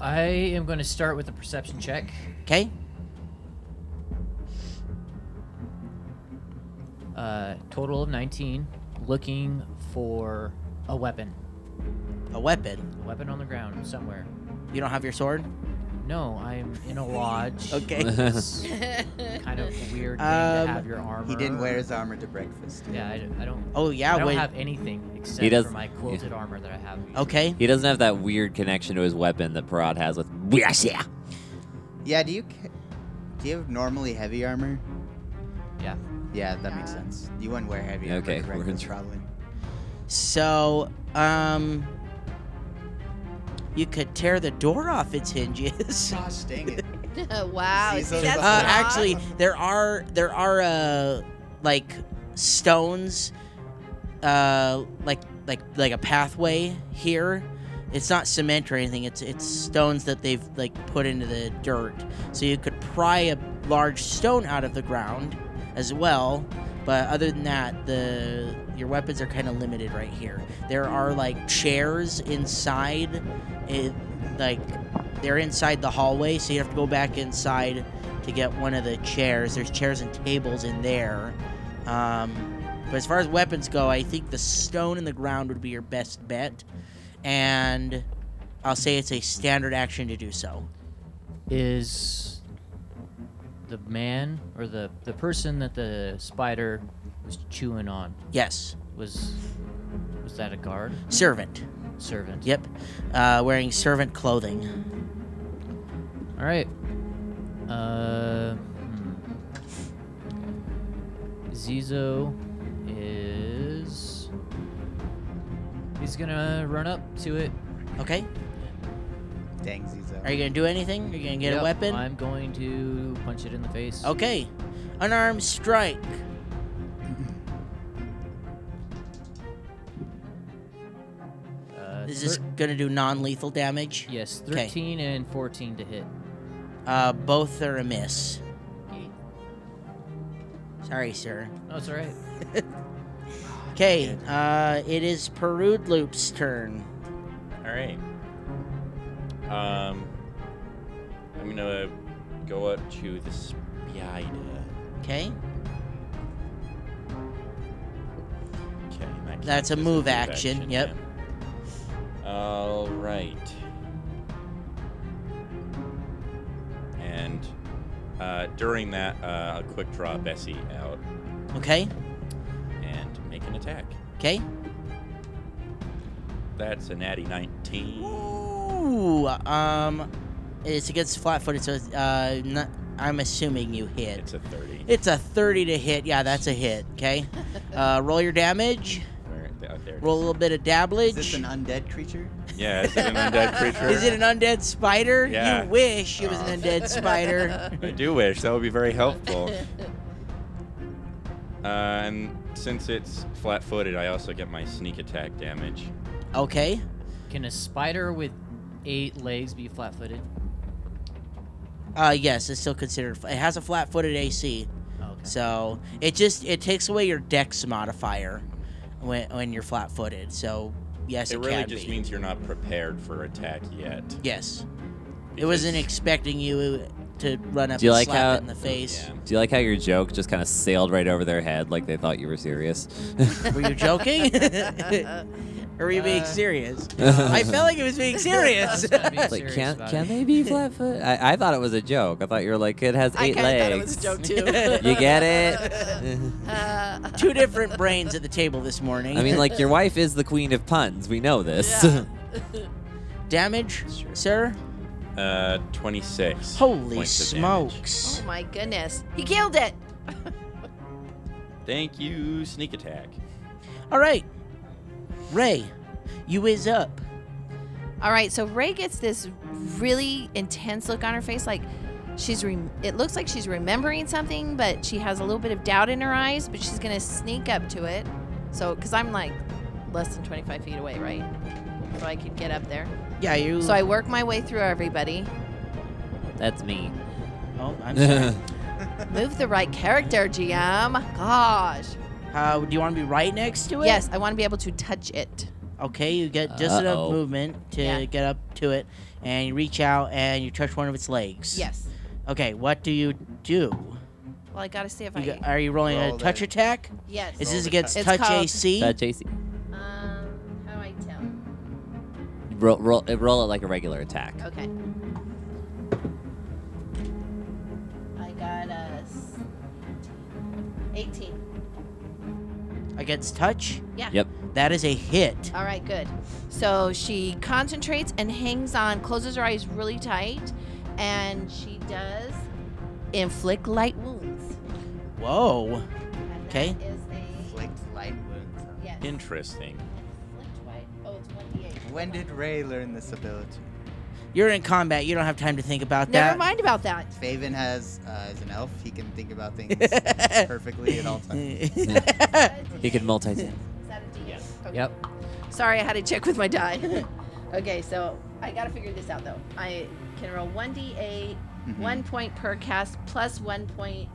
C: I am going to start with a perception check.
A: Okay,
C: Uh, total of 19. Looking for a weapon.
A: a weapon.
C: A weapon on the ground somewhere.
A: You don't have your sword.
C: No, I'm in a lodge.
A: Okay.
C: It's kind of a weird thing
A: Um,
C: to have your armor.
D: He didn't wear his armor to breakfast.
C: Yeah, I, I don't.
A: Oh
C: I
A: yeah,
C: don't
A: wait.
C: have anything except
F: does-
C: for my quilted armor that I have.
A: okay.
F: He doesn't have that weird connection to his weapon that Parad has with Bwasya.
D: Yeah, do you ca- do you have normally heavy armor?
C: Yeah.
D: Yeah, that makes
E: Yeah.
D: sense. You wouldn't wear heavy armor
F: Okay,
D: to
F: we're in
D: breakfast,
F: tr-
D: probably.
A: So, um, you could tear the door off its hinges.
D: Gosh, dang it.
E: wow.
D: See,
E: see,
D: so
E: that's
A: Uh,
D: the-
E: not-
A: actually, there are there are uh like stones, uh like like like a pathway here. It's not cement or anything. It's it's stones that they've like put into the dirt. So you could pry a large stone out of the ground as well. But other than that, the your weapons are kind of limited right here. There are like chairs inside, it like they're inside the hallway, so you have to go back inside to get one of the chairs. There's chairs and tables in there. Um, but as far as weapons go, I think the stone in the ground would be your best bet, and I'll say it's a standard action to do so.
C: Is the man or the the person that the spider was chewing on
A: Yes,
C: was was that a guard
A: servant.
C: servant?
A: Yep, uh, wearing servant clothing.
C: All right. Uh, hmm. Zizo is. He's gonna run up to it.
A: Okay,
D: Dang, Zizo.
A: are you gonna do anything? Are you gonna get
C: Yep,
A: a weapon?
C: I'm going to punch it in the face.
A: Okay, unarmed strike.
C: Uh,
A: Is this
C: thir-
A: gonna do non-lethal damage?
C: Yes,
A: 'Kay.
C: 13 and 14 to hit.
A: Uh, both are a miss. Sorry, sir.
C: No, Oh, it's alright.
A: Okay, uh, it is Perude Loop's turn.
B: All right. Um, I'm gonna go up to the spider.
A: Okay,
B: Okay, and that counts
A: That's a
B: as
A: move action, yep.
B: yeah. All right. And uh, during that, uh, I'll quick draw Bessie out
A: okay,
B: and make an attack.
A: okay.
B: That's a natty 19.
A: Ooh, um, it's against flat-footed, so it's, uh, not, I'm assuming you hit.
B: It's a 30.
A: It's a 30 to hit. Yeah, that's a hit. Okay, uh, roll your damage.
B: Where- there it is.
A: Roll a little bit of
D: Is this an
A: dablage.
D: undead creature?
B: Yeah, is it an undead creature?
A: Is it an undead spider?
B: Yeah.
A: You wish it was
B: Aw.
D: Oh.
A: an undead spider.
B: I do wish that would be very helpful. Uh, and since it's flat-footed, I also get my sneak attack damage.
A: Okay.
C: Can a spider with eight legs be flat footed?
A: Uh, yes, it's still considered. It has a flat-footed AC,
C: Oh, okay.
A: so it just it takes away your Dex modifier when when you're flat-footed. So yes, it,
B: it really
A: can
B: just
A: be.
B: means you're not prepared for attack yet.
A: yes. It wasn't
B: because-
A: expecting you to run up
F: Do you
A: and
F: like
A: slap
F: how-
A: it in the face.
B: Yeah.
F: Do you like how your joke just kind of sailed right over their head like they thought you were serious?
A: Were you joking? or were you being
C: Uh,
A: serious? I felt like it was being serious.
C: Gotta be
F: like,
C: serious
F: can,
C: about
F: can
C: it.
F: they be flat foot? I, I thought it was a joke. I thought you were like, it has
E: I
F: eight
E: kind of
F: legs.
E: thought it was a joke too.
F: you get it?
E: Uh,
A: Two different brains at the table this morning.
F: I mean, like, your wife is the queen of puns. We know this.
E: Yeah.
A: damage,
B: Sure.
A: sir.
B: Uh, 26.
A: Holy
B: points of damage.
A: smokes!
E: oh my goodness, he killed it.
B: Thank you, sneak attack.
A: Oh. All right, Ray, you is up.
E: All right, so Ray gets this really intense look on her face, like she's re- it looks like she's remembering something, but she has a little bit of doubt in her eyes. But she's gonna sneak up to it, so because I'm like less than 25 feet away, right? So I can get up there.
A: Yeah, you.
E: So I work my way through everybody.
F: That's me.
A: oh, I'm sorry.
E: Move the right character, GM. Gosh.
A: uh, do you want to be right next to it?
E: Yes, I want to be able to touch it.
A: Okay, you get just enough
F: Uh-oh.
A: movement to
E: Yeah.
A: get up to it, and you reach out and you touch one of its legs.
E: Yes.
A: Okay, what do you do?
E: Well, I gotta see if I.
A: You got- are you rolling
D: Roll
A: a touch
D: the-
A: attack?
E: yes.
A: Is
D: Roll
A: this
D: the
A: against
E: touch.
A: touch
E: It's called-
A: AC?
F: That JC.
E: um, how do I tell?
F: Roll, roll, roll it like a regular attack.
E: Okay. 18.
A: Against touch?
E: Yeah.
F: Yep.
A: That is a hit.
E: All right, good. So she concentrates and hangs on, closes her eyes really tight, and she does inflict light wounds.
A: Whoa.
E: And that
A: Okay.
E: Is a
D: Inflict light wounds.
E: yes.
B: Interesting.
E: Inflict white- Oh, it's 1d8.
D: When did Ray learn this ability?
A: You're in combat. You don't have time to think about
E: Never
A: that.
E: mind about that.
D: Faven has uh, is an elf. He can think about things perfectly at all times.
F: He could Oh. multitask.
E: Is that a D8? Okay.
F: yep.
E: Sorry, I had to check with my die. okay, so I gotta figure this out though. I can roll 1d8,
D: Mhm.
E: one point per cast, plus one point.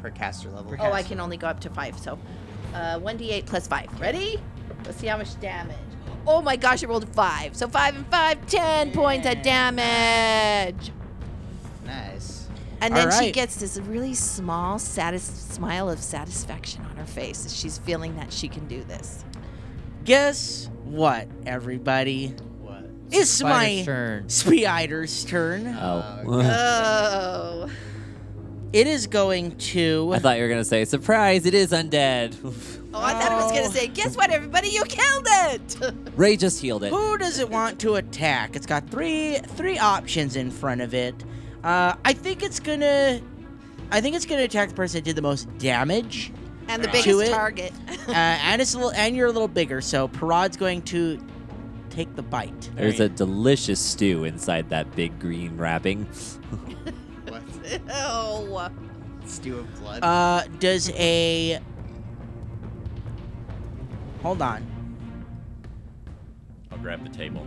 D: per caster level.
E: Oh, I can only go up to five, so uh, 1d8 plus five. Ready? Let's see how much damage. Oh my gosh, I rolled a five. So five and five, ten points of damage.
D: Nice.
E: And then she
A: Alright.
E: gets this really small satis- smile of satisfaction on her face as she's feeling that she can do this.
A: Guess what, everybody?
D: What?
A: It's
C: Spider's
A: my
C: turn.
A: Spider's turn.
F: Oh.
E: Oh.
A: it is going to.
F: I thought you were gonna say surprise. It is undead.
E: Oh, I thought it was
A: Oh.
E: gonna say, guess what, everybody, you killed it!
F: Ray just healed it.
A: Who does it want to attack? It's got three three options in front of it. Uh, I think it's gonna. I think it's gonna attack the person that did the most damage,
E: and the
B: To
E: biggest
A: it.
E: target.
A: uh, and it's a little, and you're a little bigger, so Parad's going to take the bite.
F: There's a delicious stew inside that big green wrapping.
D: What?
E: oh.
D: Stew of blood.
A: Uh, does a hold on,
B: I'll grab the table.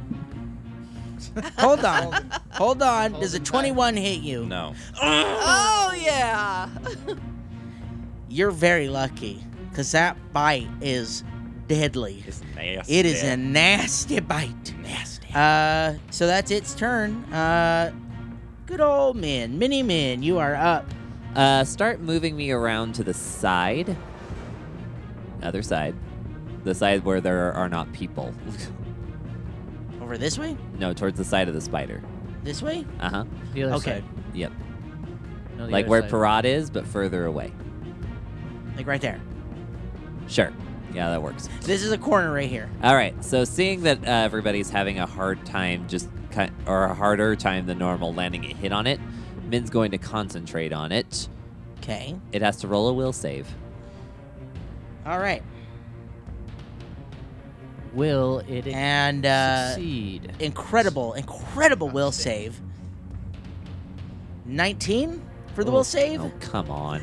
A: hold on, hold on.
D: Hold
A: Does a
D: him tight.
A: 21 hit you?
B: No.
E: Oh, yeah.
A: You're very lucky, cause that bite is deadly.
B: It's nasty.
A: It is a nasty bite.
B: nasty.
A: Uh, so that's its turn. Uh, good old Min, mini Min, you are up.
F: Uh, start moving me around to the side. Other side. The side where there are not people.
A: Over this way,
F: no, towards the side of the spider.
A: this way.
F: Uh huh.
C: The other
A: Okay.
C: side.
F: Yep.
C: No, the
F: like
C: other
F: where
C: side.
F: Parad is, but further away.
A: Like right there.
F: Sure. Yeah, that works.
A: This is a corner right here.
F: All right. So seeing that uh, everybody's having a hard time, just ki or a harder time than normal landing a hit on it, Min's going to concentrate on it.
A: Okay.
F: It has to roll a will save.
A: All right.
C: Will it
A: And uh,
C: succeed?
A: incredible, incredible will save. 19 for the will
F: Oh,
A: save.
F: Oh come on!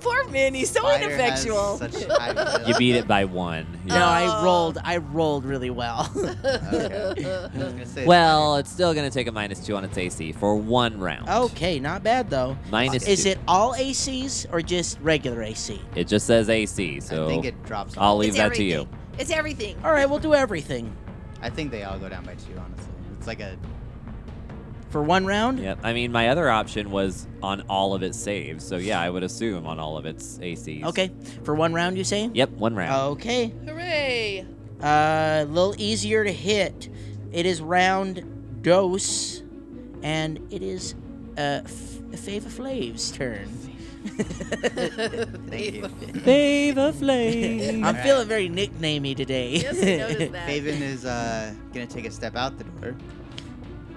E: Poor Minnie, so
D: Spider has
E: ineffectual.
D: Such high will.
F: you beat it by one.
A: No, Oh, I rolled. I rolled really well.
D: Okay. I was gonna say,
F: Well, it's still going to take a minus two on its AC for one round.
A: okay, not bad though.
F: Minus
A: Is
F: two.
A: it all ACs or just regular AC?
F: It just says AC, so
D: I think it drops.
F: I'll
D: All.
F: leave
E: It's
F: that
E: everything.
F: to you.
E: It's everything.
A: All right, we'll do everything
D: I think they all go down by two. Honestly, it's like a
A: for one round.
F: Yep. I mean, my other option was on all of its saves, so yeah, I would assume on all of its ACs.
A: Okay, for one round, you say?
F: Yep, one round.
A: Okay.
E: Hooray.
A: Uh, a little easier to hit. It is round dose, and it is uh, F- Fava Flav's turn.
D: thank you.
F: Favor flame.
A: I'm feeling very nicknamey today.
E: Yes, I noticed that.
D: Faven is uh, gonna take a step out the door.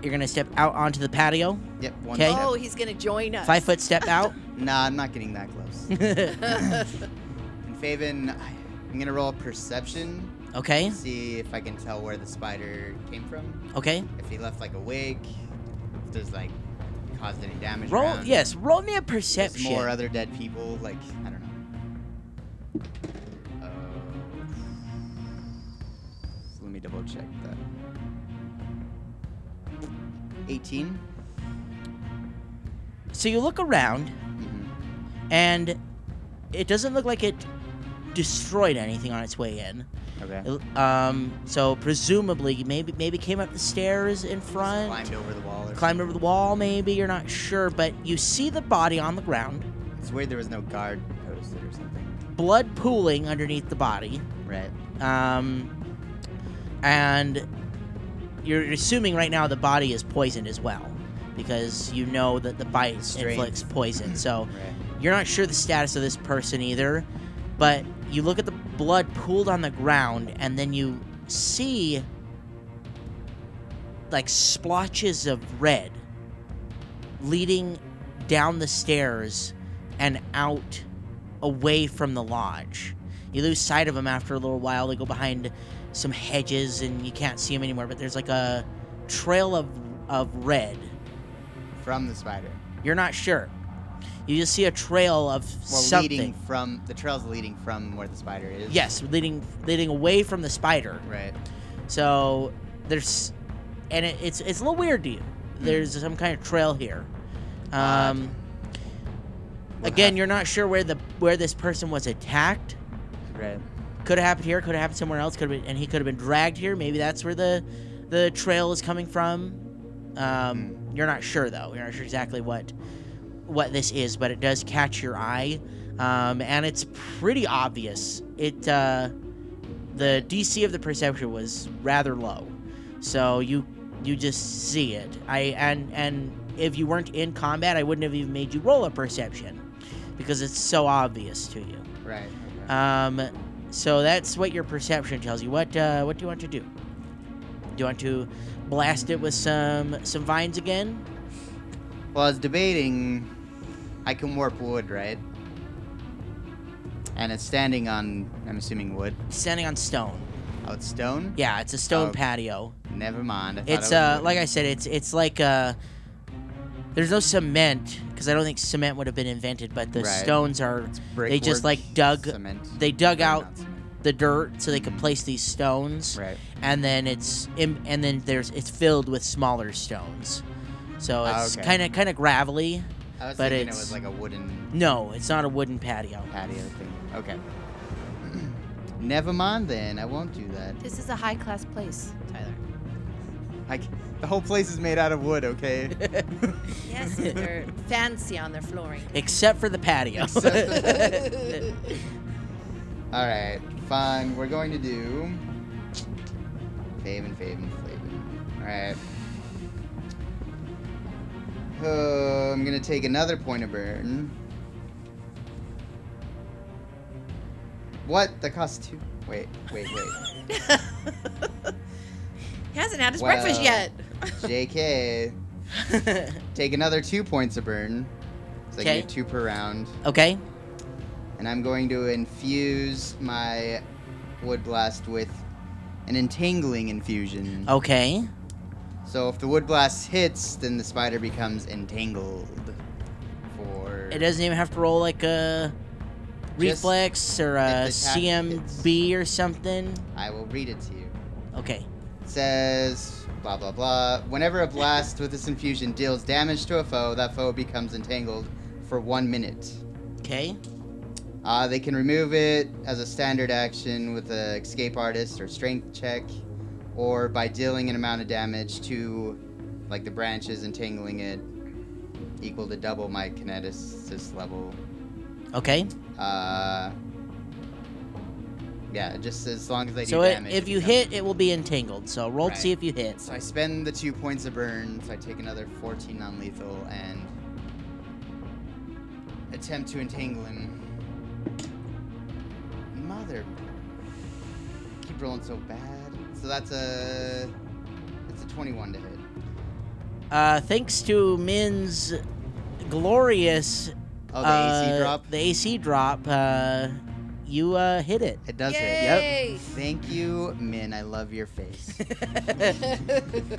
A: You're gonna step out onto the patio,
D: Yep. One
A: Okay.
E: Oh,
D: step.
E: he's going to join us.
A: five foot step out.
D: Nah, I'm not getting that close. and Faven, I'm gonna roll perception.
A: okay,
D: See if I can tell where the spider came from.
A: okay.
D: If he left like a wig. If there's like caused any damage.
A: Roll
D: around.
A: yes. Roll me a
D: There's
A: perception.
D: more other dead people. Like I don't know. Uh, let me double check that. 18
A: so you look around,
D: Mm-hmm.
A: and it doesn't look like it destroyed anything on its way in.
D: Okay.
A: Um, so presumably, maybe maybe came up the stairs in front,
D: Climbed over the wall. Or
A: climbed over the wall. Maybe you're not sure, but you see the body on the ground,
D: It's weird there was no guard posted or something.
A: blood pooling underneath the body.
D: Right.
A: Um, and you're assuming right now the body is poisoned as well, because you know that the bite
D: Strain.
A: inflicts poison. So
D: Right.
A: You're not sure the status of this person either, but you look at the blood pooled on the ground and then you see like splotches of red leading down the stairs and out away from the lodge. You lose sight of them after a little while. They go behind some hedges and you can't see them anymore, but there's like a trail of, of red.
D: From the spider.
A: You're not sure. You just see a trail of
D: Well,
A: something.
D: leading from the trail's leading from where the spider is.
A: Yes, leading leading away from the spider.
D: Right.
A: So there's, and it, it's it's a little weird to you. There's some kind of trail here. Um,
D: We'll
A: again,
D: have-
A: you're not sure where the where this person was attacked.
D: Right.
A: Could have happened here. Could have happened somewhere else. Could have been, and he could have been dragged here. Maybe that's where the the trail is coming from. Um, You're not sure though. You're not sure exactly what what this is, but it does catch your eye, um, and it's pretty obvious. It uh, the DC of the perception was rather low, so you you just see it. I and and if you weren't in combat, I wouldn't have even made you roll a perception because it's so obvious to you.
D: Right. okay.
A: Um, so that's what your perception tells you. What uh, what do you want to do? Do you want to blast it with some some vines again?
D: well, I was debating. I can warp wood, right? And it's standing on, I'm assuming wood.
A: Standing on stone.
D: Oh, it's stone?
A: Yeah, it's a stone
D: Oh.
A: patio.
D: Never mind. I thought
A: It's
D: it was
A: uh,
D: wood.
A: like I said, it's it's like uh, there's no cement because I don't think cement would have been invented, but the
D: Right.
A: stones are. They just,
D: Brickwork,
A: like, dug-
D: Cement.
A: They dug
D: Or
A: out
D: not cement.
A: the dirt so they could
D: Mhm.
A: place these stones,
D: Right.
A: and then it's im- and then there's it's filled with smaller stones, so
D: Ah,
A: it's
D: okay.
A: kind of kind of gravelly.
D: I was
A: But
D: thinking it
A: it's-
D: was like a wooden
A: No, it's not a wooden patio.
D: patio thing. Okay. Never mind then. I won't do that.
E: This is a high class place, Tyler.
D: I c the whole place is made out of wood, okay?
E: Yes, and they're fancy on their flooring.
A: except for the patio.
D: Except for All right, fine. We're going to do Faven, Faven, Flavin. All right. Uh, I'm gonna take another point of burn. What? That costs two. Wait, wait, wait.
E: He hasn't had his
D: Well.
E: breakfast yet.
D: Jk, take another two points of burn. So I
A: Okay.
D: can do two per round.
A: okay.
D: and I'm going to infuse my wood blast with an entangling infusion.
A: Okay.
D: So if the wood blast hits, then the spider becomes entangled. For
A: It doesn't even have to roll like a reflex or
D: if
A: a
D: the attack
A: CMB or something.
D: I will read it to you.
A: Okay.
D: It says blah blah blah. Whenever a blast with this infusion deals damage to a foe, that foe becomes entangled for one minute.
A: Okay.
D: Uh, they can remove it as a standard action with an escape artist or strength check, or by dealing an amount of damage to, like the branches and tangling it, equal to double my kineticist level.
A: Okay.
D: Uh, yeah, just as long as they
A: So
D: do
A: it,
D: damage.
A: if
D: it
A: you
D: becomes-
A: hit, it will be entangled. So roll to see
D: Right.
A: if you hit.
D: so I spend the two points of burn, so I take another 14 non-lethal and attempt to entangle him. Mother, keep rolling so bad. So that's a that's a 21 to hit.
A: Uh, thanks to Min's glorious
D: Oh, the
A: uh,
D: AC drop.
A: The AC drop. Uh, you uh, hit it.
D: it does hit.
E: Yay!
D: Yep. Thank you, Min. I love your face.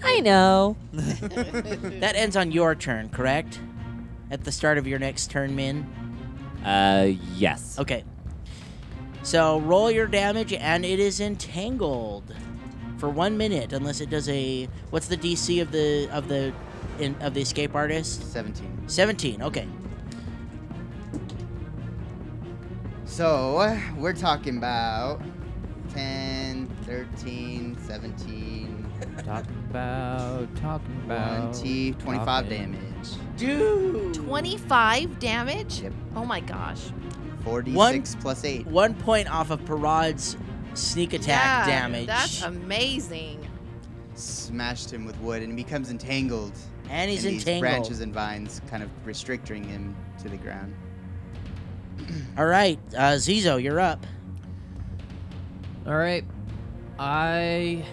F: I know.
A: That ends on your turn, correct? At the start of your next turn, Min. Oh.
F: Uh, yes.
A: Okay. So roll your damage, and it is entangled for one minute, unless it does a. What's the DC of the of the in, of the escape artist?
D: 17.
A: Seventeen. Okay.
D: So, we're talking about 10, 13, 17,
C: Talk about, talking about.
D: 20, 25
C: talking.
D: damage.
A: Dude.
E: 25 damage?
D: Yep.
E: Oh my gosh.
D: 46 plus 8.
A: One point off of Parad's sneak attack
E: Yeah,
A: damage,
E: That's amazing.
D: Smashed him with wood and he becomes entangled
A: and he's
D: in these
A: entangled.
D: branches and vines, kind of restricting him to the ground.
A: All right, uh, Zizo, you're up.
C: All right. I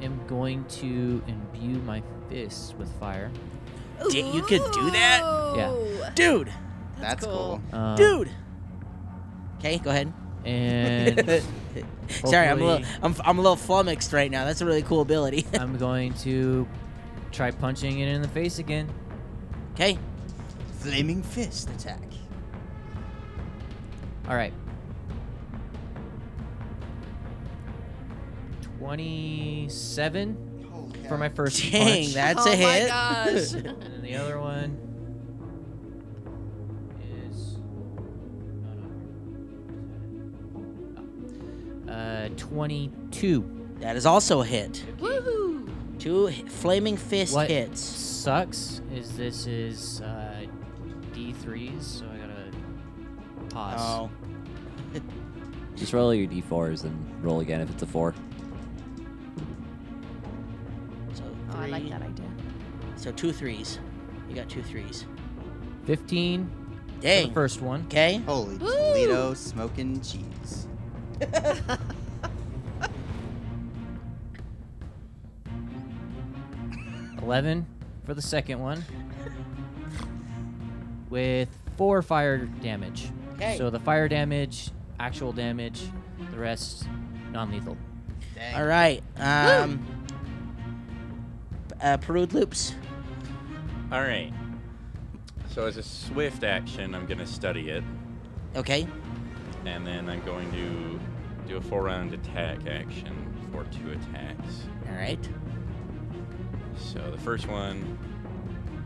C: am going to imbue my fists with fire.
A: D- you could do that?
C: Yeah.
E: Ooh,
A: Dude,
D: That's, cool.
C: Um,
A: dude. Okay, go ahead.
C: And
A: Sorry, I'm a little,
C: hopefully-
A: I'm, I'm a little flummoxed right now. That's a really cool ability.
C: I'm going to try punching it in the face again.
A: okay,
D: Flaming fist attack.
C: All right. 27 for my first
A: dang,
C: punch.
A: that's
E: oh
A: a hit.
E: my gosh.
C: And then the other one is. no, no. Uh, 22.
A: That is also a hit.
E: Woohoo.
A: Two h- flaming fist
C: What
A: hits.
C: sucks is this is uh, D3s, so I gotta pause.
A: Oh,
F: Just roll your d4s and roll again if it's a four.
A: so three.
E: Oh, I like that idea.
A: So two threes. You got two threes.
C: 15 for the
A: Dang.
C: first one.
A: Okay.
D: Holy
E: Woo!
D: Toledo smoking cheese.
C: Eleven for the second one. With four fire damage.
A: Okay.
C: So the fire damage, actual damage, the rest non-lethal.
D: Dang.
A: All right. Um. Uh, Perude loops.
B: All right. So as a swift action, I'm going to study it,
A: Okay.
B: and then I'm going to do a four-round attack action for two attacks.
A: All right.
B: So the first one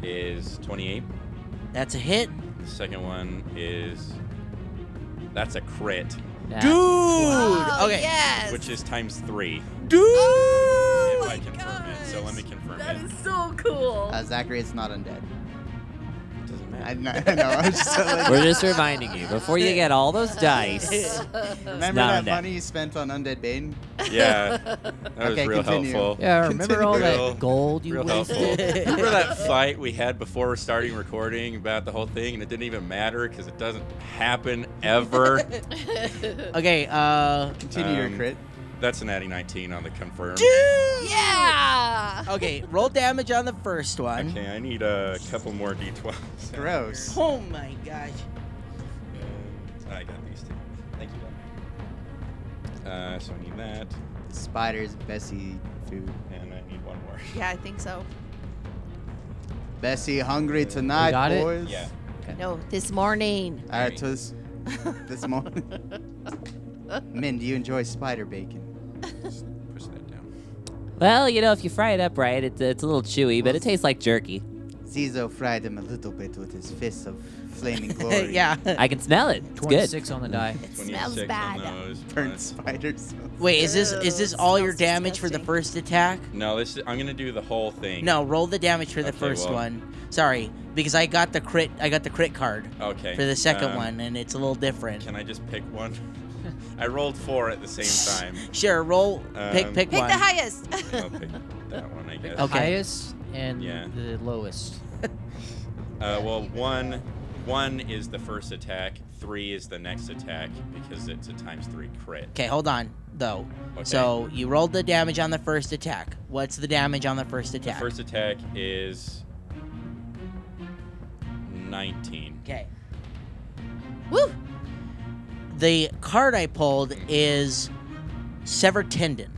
B: is 28.
A: That's a hit.
B: The second one is that's a crit,
C: Nah.
A: Dude.
E: Oh, Oh.
A: okay.
E: Yes.
B: which is times three.
A: Dude.
B: if
E: my
B: I confirm it, so let me
E: gosh.
B: confirm
E: That
B: it.
E: is so cool.
D: Uh, Zachary, it's not undead.
B: Doesn't
D: I,
B: matter.
D: no, I know, I was just telling you.
F: We're just reminding you before you get all those dice.
D: Remember
F: not
D: that
F: undead.
D: money you spent on Undead Bane?
B: Yeah, that was
D: Okay,
B: real
D: continue.
B: helpful.
C: Yeah, remember all
B: Real-
C: that gold you
B: Real
C: wasted?
B: helpful. Remember that fight we had before starting recording about the whole thing, and it didn't even matter because it doesn't happen ever.
A: Okay. Uh.
D: Continue
B: Um,
D: your crit.
B: That's an Addy 19 on the confirm.
E: yeah.
A: Okay. Roll damage on the first one.
B: Okay, I need a couple more d12s.
D: Gross.
A: Oh my gosh.
B: I got these two. Thank you. Doc. Uh, so I need that,
D: Spiders, Bessie food.
B: and I need one more.
E: Yeah, I think so.
D: Bessie hungry tonight,
C: got it?
D: boys.
B: Yeah.
E: No, this morning.
D: All right, this, this morning. Min, do you enjoy spider bacon?
B: Just push that down.
F: Well, you know, if you fry it up right, it's, it's a little chewy, but it tastes like jerky.
D: Zizo fried him a little bit with his fists of flaming glory.
A: yeah.
F: I can smell it. It's good.
C: 26 on the die.
E: It smells
B: 26 on
E: bad.
B: those,
D: Burnt
B: plus-
D: spiders.
A: Wait, is this is this all your
E: Smells
A: damage for the
E: disgusting.
A: first attack?
B: No, this is, I'm gonna do the whole thing.
A: No, roll the damage for the
B: Okay,
A: first
B: well-
A: one. Sorry, because I got the crit. I got the crit card
B: Okay.
A: for the second
B: um,
A: one, and it's a little different.
B: Can I just pick one? I rolled four at the same time.
A: Sure, roll. pick
B: Um,
A: pick
E: Pick
A: one.
E: the highest.
B: I'll pick that one, I guess.
A: Okay.
C: Highest and
B: Yeah.
C: the lowest.
B: Uh, well, one, one is the first attack. Three is the next attack because it's a times three crit.
A: okay, hold on though.
B: Okay.
A: So you rolled the damage on the first attack. What's the damage on the first
B: the
A: attack?
B: first attack is nineteen.
A: okay.
E: Woo.
A: The card I pulled is sever tendon.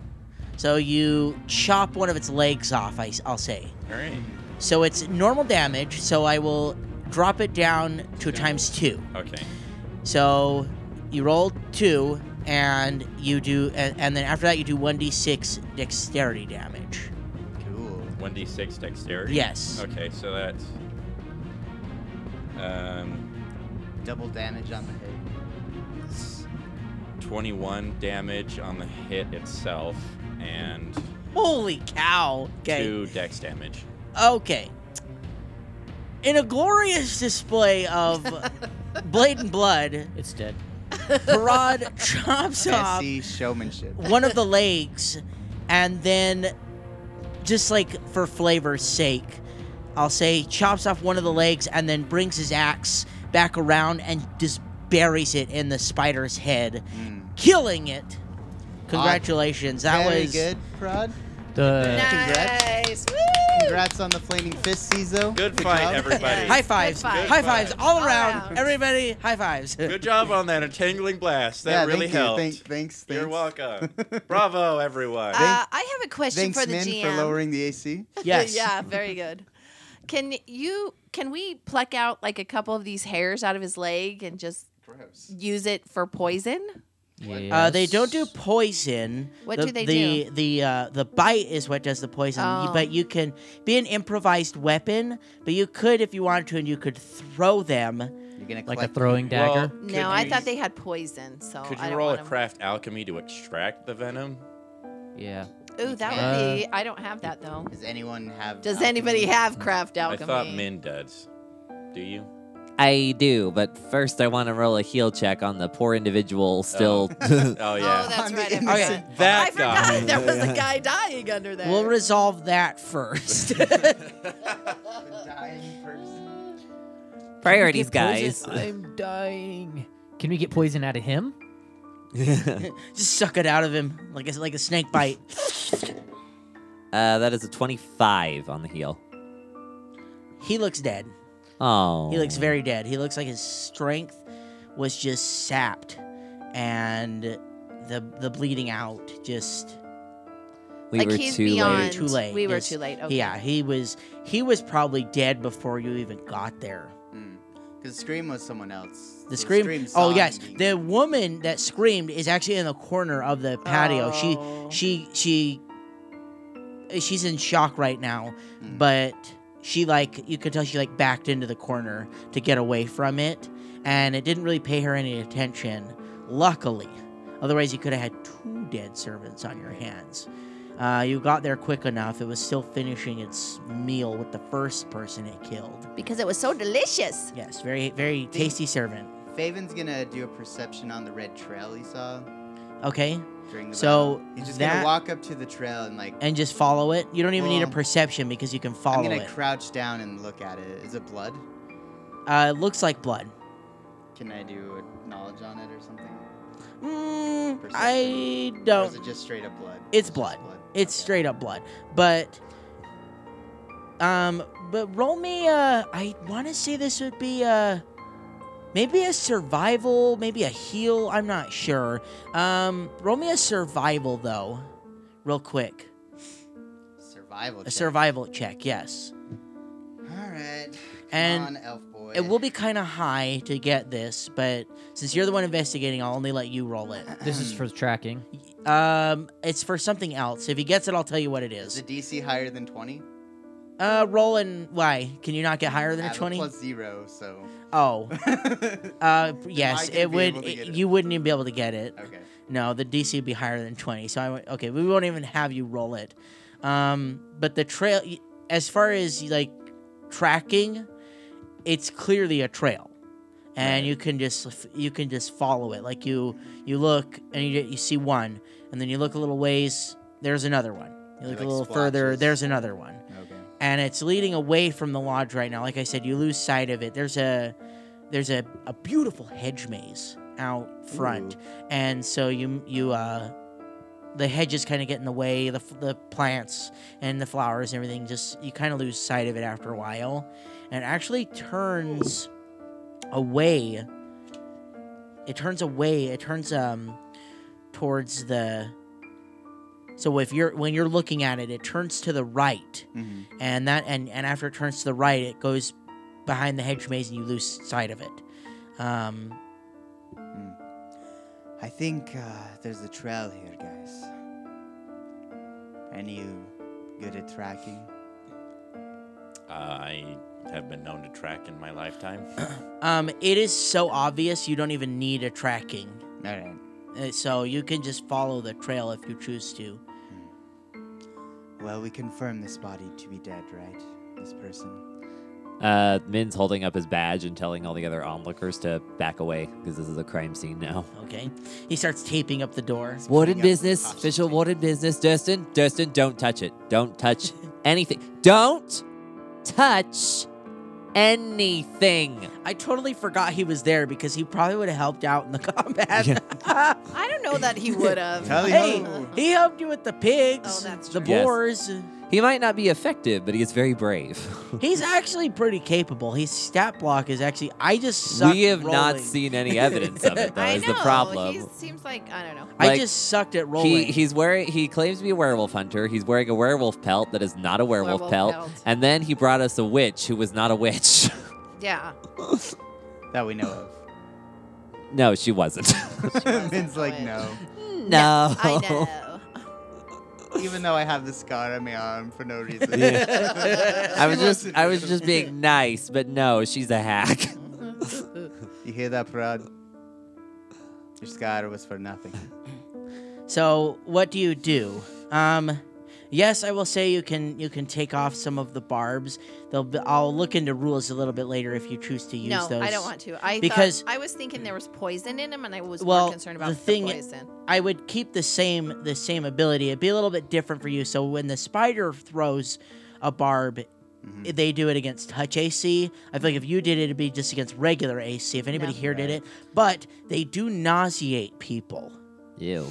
A: So you chop one of its legs off. I, will say.
B: All right.
A: So it's normal damage. So I will drop it down to
B: Okay.
A: times two.
B: Okay.
A: So you roll two, and you do, and, and then after that you do one d six dexterity damage.
D: Cool.
B: One d six dexterity.
A: Yes.
B: Okay, so that's um,
D: Double damage on the head.
B: twenty-one damage on the hit itself and
A: Holy cow! Okay.
B: two dex damage.
A: Okay. In a glorious display of blade and blood,
C: It's dead.
A: Parad chops off
D: Bessie showmanship.
A: one of the legs, and then, just like for flavor's sake, I'll say chops off one of the legs and then brings his axe back around and just buries it in the spider's head,
D: Mm.
A: killing it. Congratulations. that
D: Very
A: was
D: good, Prod.
C: The
E: Nice.
D: Congrats.
E: Woo!
D: Congrats on the flaming fist, Zizo.
B: Good fight,
D: job.
B: everybody.
A: High fives.
E: Good five.
A: High fives all,
E: All
A: around.
E: around.
A: Everybody, high fives.
B: Good job on that entangling blast. That
D: yeah,
B: really
D: thank
B: helped.
D: You. Thank, thanks, thanks.
B: You're welcome. Bravo, everyone.
E: Uh, I have a question
D: Thanks,
E: for the
D: Min,
E: GM.
D: for lowering the AC.
A: Yes.
E: yeah, very good. Can you can we pluck out like a couple of these hairs out of his leg and just
D: Gross.
E: use it for poison?
A: Uh, they don't do poison.
E: What
A: the,
E: do they
A: the, do? The uh, the bite is what does the poison. You-
E: Oh.
A: But you can be an improvised weapon. But you could, if you wanted to, and you could throw them.
D: You're gonna
C: like a
D: collect-
C: throwing
B: Well,
C: dagger.
B: could
E: No, I
B: you-
E: thought they had poison. So
B: Could
E: I
B: you
E: don't
B: roll a
E: want 'em-
B: craft alchemy to extract the venom?
C: yeah.
E: Ooh, that
D: Uh,
E: would be. I don't have that though.
D: Does anyone have?
E: Does
D: alchemy?
E: anybody have craft alchemy?
B: I thought Min does. Do you?
F: I do, but first I want to roll a heal check on the poor individual still.
B: Oh
E: Oh,
B: yeah.
E: that's
D: On the
E: right. I forgot.
D: innocent
B: Okay, that
E: I forgot
B: guy.
E: there was a guy dying under there.
A: We'll resolve that first.
D: The dying person.
F: Priorities, guys.
C: I'm dying. Can we get poison out of him?
A: Just suck it out of him like a, like a snake bite.
F: Uh, that is a 25 on the heal.
A: he looks dead.
F: Oh.
A: He looks very dead. He looks like his strength was just sapped, and the the bleeding out just.
F: We
E: like
F: were
E: he's
F: too
E: beyond.
F: late.
A: too late.
E: We were
A: It's-
E: too late. Okay.
A: Yeah, he was he was probably dead before you even got there.
D: Because scream was someone else.
A: The scream.
D: saw
A: oh
D: him
A: yes,
D: being-
A: the woman that screamed is actually in the corner of the patio.
E: Oh.
A: She she she she's in shock right now,
D: Mm.
A: but she like you could tell she like backed into the corner to get away from it, and it didn't really pay her any attention. Luckily, otherwise you could have had two dead servants on your hands. Uh, you got there quick enough. It was still finishing its meal with the first person it killed.
E: Because it was so delicious.
A: Yes, very very tasty servant.
D: Faven's gonna do a perception on the red trail he saw
A: Okay,
D: during the.
A: So
D: battle. he's just
A: that-
D: gonna walk up to the trail and like.
A: and just follow it. You don't even need a
D: Well,
A: perception because you can
D: I'm
A: follow
D: gonna
A: it.
D: crouch down and look at it. Is it blood?
A: uh, it looks like blood.
D: Can I do a knowledge on it or something?
A: Mm,
D: Perception.
A: I
D: Or is
A: don't.
D: it just straight up blood?
A: It's
D: just
A: blood.
D: blood.
A: It's
D: Okay.
A: straight up blood. But um, but roll me. Uh, I want to say this would be uh, maybe a survival, maybe a heal. I'm not sure. Um, roll me a survival though, real quick.
D: Survival.
A: A
D: check.
A: survival check. Yes.
D: All right. Come
A: And
D: on, elf boy.
A: It will be kind of high to get this, but since you're the one investigating, I'll only let you roll it.
C: This is for tracking.
A: Um, it's for something else. If he gets it, I'll tell you what it
D: Is
A: is.
D: the DC higher than 20?
A: Uh, roll and why? Can you not get higher
D: I
A: than a
D: have a
A: twenty?
D: plus zero, so.
A: Oh,
D: okay.
A: uh, yes,
D: gonna
A: it
D: be
A: would.
D: able to
A: it-
D: get it?
A: You wouldn't even be able to get it. No, the DC would be higher than twenty. So I went, okay, we won't even have you roll it. Um, but the trail, y- as far as like tracking, it's clearly a trail, and you can just f- you can just follow it. Like you you look and you you see one, and then you look a little ways. There's another one. You
D: They're
A: look a
D: like
A: little further.
D: splotches.
A: There's another one
D: Okay.
A: and it's leading away from the lodge right now. Like I said, you lose sight of it. There's a there's a, a beautiful hedge maze out front, and so you you uh the hedges kind of get in the way, the f- the plants and the flowers and everything. Just you kind of lose sight of it after a while, and it actually turns away. It turns away. It turns um towards the. So if you're when you're looking at it, it turns to the right
D: Mhm.
A: and that and and after it turns to the right, it goes behind the hedge maze, and you lose sight of it. Um,
D: I think uh, there's a trail here, guys. Any you good at tracking?
B: I have been known to track in my lifetime.
A: um, it is so obvious you don't even need a tracking,
D: All right.
A: Uh, so you can just follow the trail if you choose to.
D: Well, we confirm this body to be dead, right? This person.
F: Uh, Min's holding up his badge and telling all the other onlookers to back away because this is a crime scene now.
A: Okay, he starts taping up the door.
F: Warden
D: Coming up
F: business,
D: cautiously.
F: official warden business. Durston, Durston, don't touch it. Don't touch anything. Don't touch anything.
A: I totally forgot he was there because he probably would have helped out in the combat.
E: I don't know that he would have.
D: Tally
A: hey,
D: ho.
A: he helped you with the pigs,
E: Oh, that's
A: the
E: true.
F: Yes.
A: boars.
F: He might not be effective, but he is very brave.
A: He's actually pretty capable. His stat block is actually. I just sucked.
F: we have not
A: rolling.
F: seen any evidence of it, though,
E: I
F: is
E: know.
F: the problem.
E: He seems like I don't know.
A: I
F: like,
A: just sucked at rolling.
F: He, he's wearing. He claims to be a werewolf hunter. He's wearing a werewolf pelt that is not a werewolf,
E: Werewolf pelt.
F: And then he brought us a witch who was not a witch.
E: Yeah.
D: that we know of.
F: no, she wasn't.
D: Min's like, no.
F: no.
E: I know.
D: Even though I have the scar on my arm for no reason.
F: I was just I was just being nice, but no, she's a hack.
D: You hear that, Parad? Your scar was for nothing.
A: So what do you do? Um, yes, I will say you can you can take off some of the barbs. They'll be, I'll look into rules a little bit later if you choose to use
E: No,
A: those.
E: I don't want to. I
A: Because-
E: thought, I was thinking there was poison in him, and I was
A: Well,
E: more concerned
A: the
E: about the,
A: thing-
E: poison.
A: I would keep the same the same ability. It'd be a little bit different for you. So when the spider throws a barb,
D: Mhm.
A: they do it against touch AC. I feel like if you did it, it'd be just against regular AC. If anybody
E: No.
A: here did it, but they do nauseate people.
F: Ew.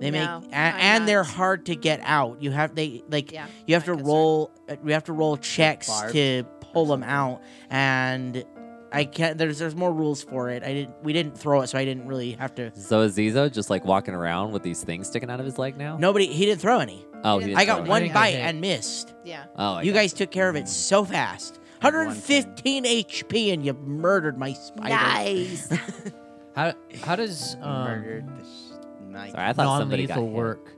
A: They make
E: No,
A: a-
E: I'm
A: and they're
E: not.
A: hard to get out. You have they like
E: Yeah,
A: you have to
E: my concern.
A: roll uh, you have to roll checks
D: barb
A: to pull them
D: something.
A: out and I can't there's there's more rules for it. I didn't we didn't throw it so I didn't really have to
F: So is Zizo just like walking around with these things sticking out of his leg now?
A: Nobody he didn't throw any.
F: Oh, he didn't
A: I
F: throw
A: got
F: it.
A: one
C: think I
A: bite
C: did.
A: and missed.
E: Yeah.
F: Oh, I
A: you
F: got
A: guys took care of it so fast. 115 HP and you murdered my spider.
E: Nice.
C: How how does um,
D: Murdered the sh- night.
F: Sorry, I thought somebody got
C: non-lethal
F: hit.
C: work?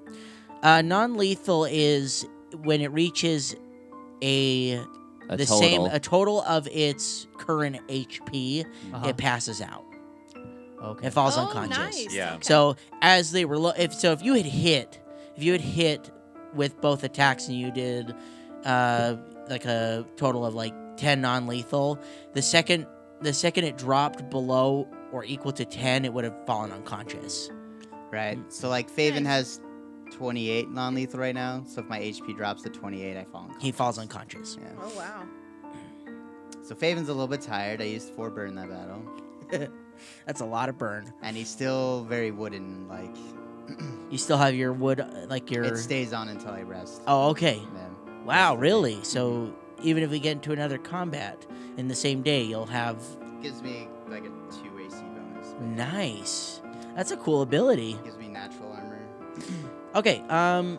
A: Uh, non-lethal is when it reaches a
F: A
A: the
F: total.
A: same a total of its current HP,
C: Uh-huh.
A: it passes out.
C: Okay.
A: It falls
E: oh,
A: unconscious.
E: nice.
B: Yeah.
E: Okay.
A: So as they were, lo- if so, if you had hit, if you had hit with both attacks and you did uh, like a total of like ten non-lethal, the second the second it dropped below or equal to ten, it would have fallen unconscious.
D: Right.
A: Mm.
D: So like Faven
E: Nice.
D: has 28 non-lethal right now. So if my HP drops to 28, I fall. Unconscious.
A: He falls unconscious.
D: Yeah.
E: Oh wow.
D: So Faven's a little bit tired. I used four burn that battle,
A: That's a lot of burn.
D: and he's still very wooden. Like
A: You still have your wood, uh, like your.
D: it stays on until I rest.
A: oh, okay.
D: Yeah.
A: Wow, really? So even if we get into another combat in the same day, you'll have
D: Gives me like a two AC bonus.
A: Mm. nice. That's a cool ability.
D: Gives me natural armor.
A: Okay, um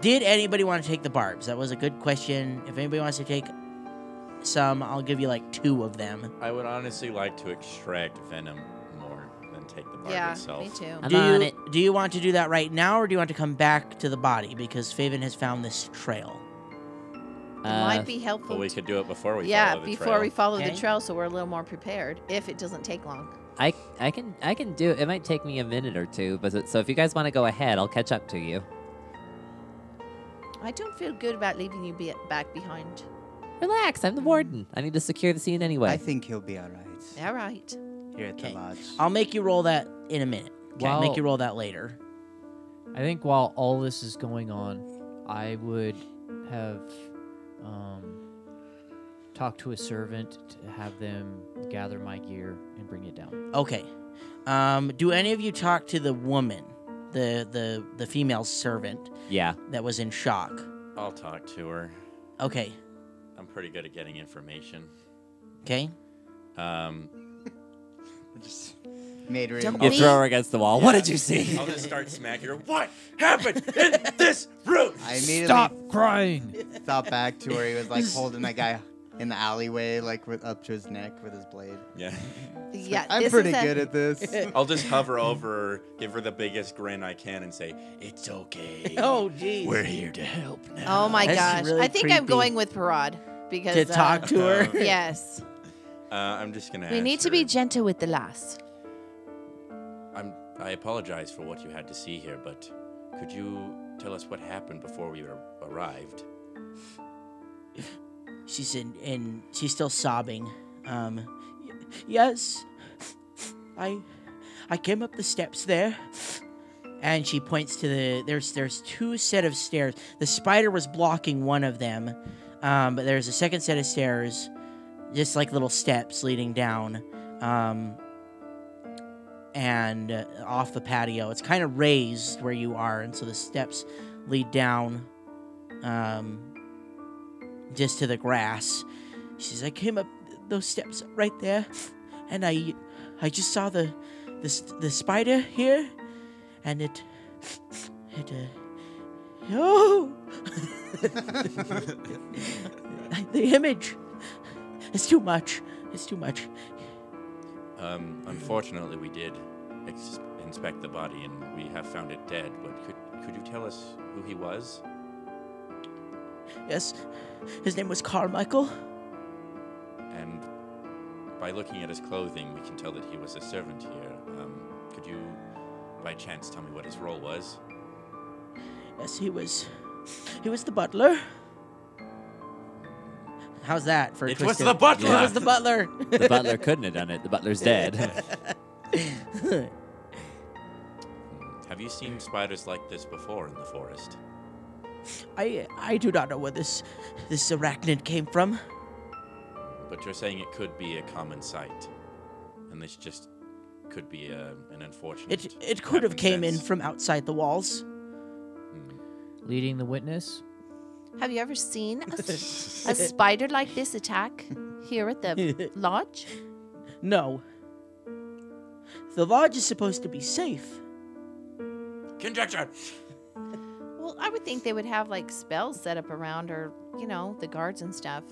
A: did anybody want to take the barbs? That was a good question. If anybody wants to take some, I'll give you like two of them.
B: I would honestly like to extract venom more than take the barb
E: yeah.
B: itself.
E: Me too.
F: I'm
A: do
F: on
A: you,
F: it.
A: Do you want to do that right now or do you want to come back to the body? Because Faven has found this trail.
E: it
F: Uh,
E: might be helpful.
B: But we
E: to-
B: could do it before we
E: yeah,
B: follow the
E: before
B: trail.
E: we follow
A: Okay.
E: the trail, so we're a little more prepared. If it doesn't take long.
F: I I can I can do it. It might take me a minute or two, but so- so if you guys want to go ahead, I'll catch up to you.
E: I don't feel good about leaving you be- back behind.
F: Relax, I'm the warden. I need to secure the scene anyway.
D: I think he'll be all right
E: All right.
D: here at
A: Okay. Um,
D: the lodge.
A: I'll make you roll that in a minute. Okay, I'll make
C: Wow.
A: you roll that later.
C: I think while all this is going on, I would have um, talked to a servant to have them gather my gear and bring it down.
A: Okay. Um, do any of you talk to the woman, the the the female servant
F: yeah.
A: that was in shock?
B: I'll talk to her.
A: Okay.
B: I'm pretty good at getting information.
A: Okay.
B: Um,
D: Just made her.
E: Don't
F: You
E: We-
F: throw her against the wall. What did you see?
B: I'll just start smacking her. What happened in this room?
D: I immediately
C: crying.
D: thought back to where he was like holding that guy in the alleyway, like with up to his neck with his blade.
B: Yeah.
E: Yeah.
D: I'm
E: this
D: pretty
E: is a-
D: good at this.
B: I'll just hover over her, give her the biggest grin I can, and say, It's okay.
A: jeez.
B: We're here to help now.
E: Oh my
A: This is
E: gosh.
A: really
E: I think I'm
A: creepy.
E: going with Parad because
A: To talk to her.
B: Uh,
E: Yes.
B: uh, I'm just going to
E: we need to be gentle with the lass.
B: I'm, I apologize for what you had to see here, but could you tell us what happened before we ar- arrived?
A: She's in, in she's still sobbing. Um, y- yes, I I came up the steps there, and she points to the there's there's two set of stairs. The spider was blocking one of them, um, but there's a second set of stairs just like little steps leading down um, and uh, off the patio. It's kind of raised where you are, and so the steps lead down um, just to the grass. She says, "I came up those steps right there, and I, I just saw the, this the spider here, and it, it, uh, oh, the image, it's too much, it's too much.
B: Um, unfortunately, we did ex- inspect the body, and we have found it dead. But could could you tell us who he was?
A: Yes, his name was Carmichael.
B: And by looking at his clothing, we can tell that he was a servant here. Um, could you, by chance, tell me what his role was?
A: Yes, he was, he was the butler. How's that for? a
B: It was
A: twisted-
B: the butler!
A: It was the butler.
F: The butler couldn't have done it. The butler's dead.
B: Have you seen spiders like this before in the forest?
A: I I do not know where this this arachnid came from.
B: But you're saying it could be a common sight, and this just could be a, an unfortunate.
A: It it could have came in
B: happenstance.
A: from outside the walls.
C: Leading the witness?
E: Have you ever seen a, s- a spider like this attack here at the lodge?
A: No. The lodge is supposed to be safe.
B: Conjecture.
E: Well, I would think they would have like spells set up around or, you know, the guards and stuff.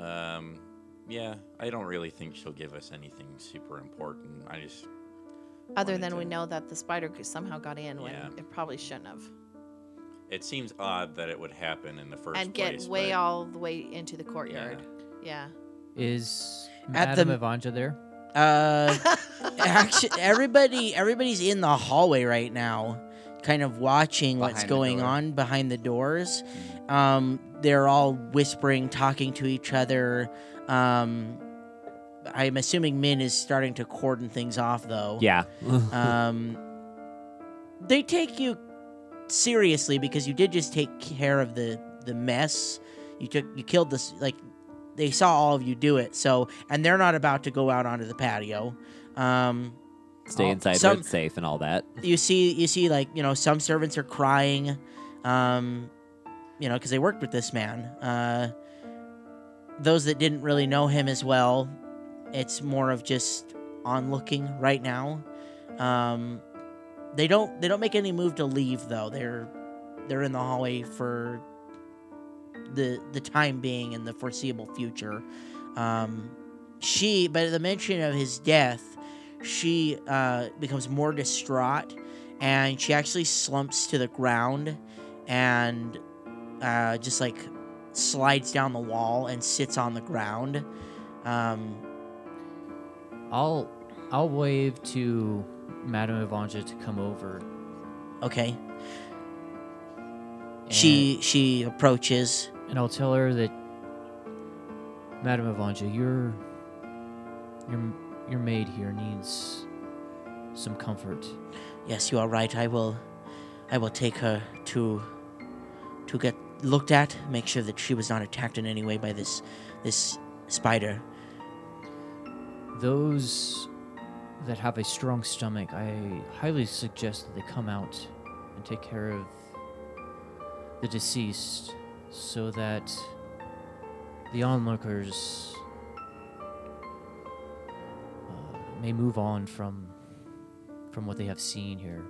B: Um, yeah, I don't really think she'll give us anything super important. I just
E: Other
B: Wanted
E: than we
B: to-
E: know that the spider c- somehow got in when
B: Yeah.
E: it probably shouldn't have.
B: It seems odd that it would happen in the first
E: and get
B: place.
E: way
B: but
E: all the way into the courtyard. Yeah.
C: Is
A: At
C: Madame
A: the-
C: Evanja there?
A: Uh, actually, everybody everybody's in the hallway right now, kind of watching what's
D: Behind the
A: going
D: door. Mm.
A: on behind the doors. Um, they're all whispering, talking to each other. Um, I'm assuming Min is starting to cordon things off though.
F: yeah.
A: um, they take you seriously because you did just take care of the the mess. You took you killed this like they saw all of you do it. So and they're not about to go out onto the patio. Um,
F: Stay
A: Well,
F: inside
A: some-
F: where it's safe and all that.
A: you see you see like you know some servants are crying, um, you know because they worked with this man. Uh, those that didn't really know him as well, it's more of just onlooking right now. Um, they don't they don't make any move to leave though. They're they're in the hallway for the the time being and the foreseeable future. Um, she, but at the mention of his death, she uh, becomes more distraught, and she actually slumps to the ground, and uh, just like slides down the wall and sits on the ground. Um,
C: I'll I'll wave to Madame Evanja to come over.
A: okay,
C: and-
A: she she approaches.
C: and I'll tell her that Madame Evanja, your your your maid here needs some comfort.
A: Yes, you are right. I will, I will take her to, to get looked at. Make sure that she was not attacked in any way by this, this spider.
C: Those that have a strong stomach, I highly suggest that they come out and take care of the deceased so that the onlookers uh, may move on from from what they have seen here.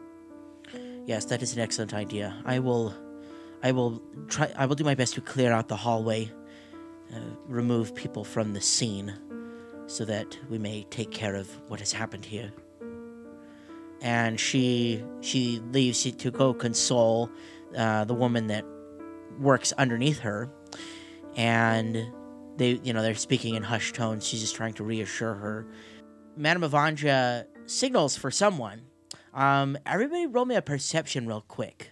A: Yes, that is an excellent idea. I will, I will try. I will do my best to clear out the hallway, uh, remove people from the scene, so that we may take care of what has happened here. And she she leaves she, to go console uh, the woman that works underneath her, and they you know they're speaking in hushed tones. She's just trying to reassure her. Madame Evanja signals for someone. Um, everybody roll me a perception real quick.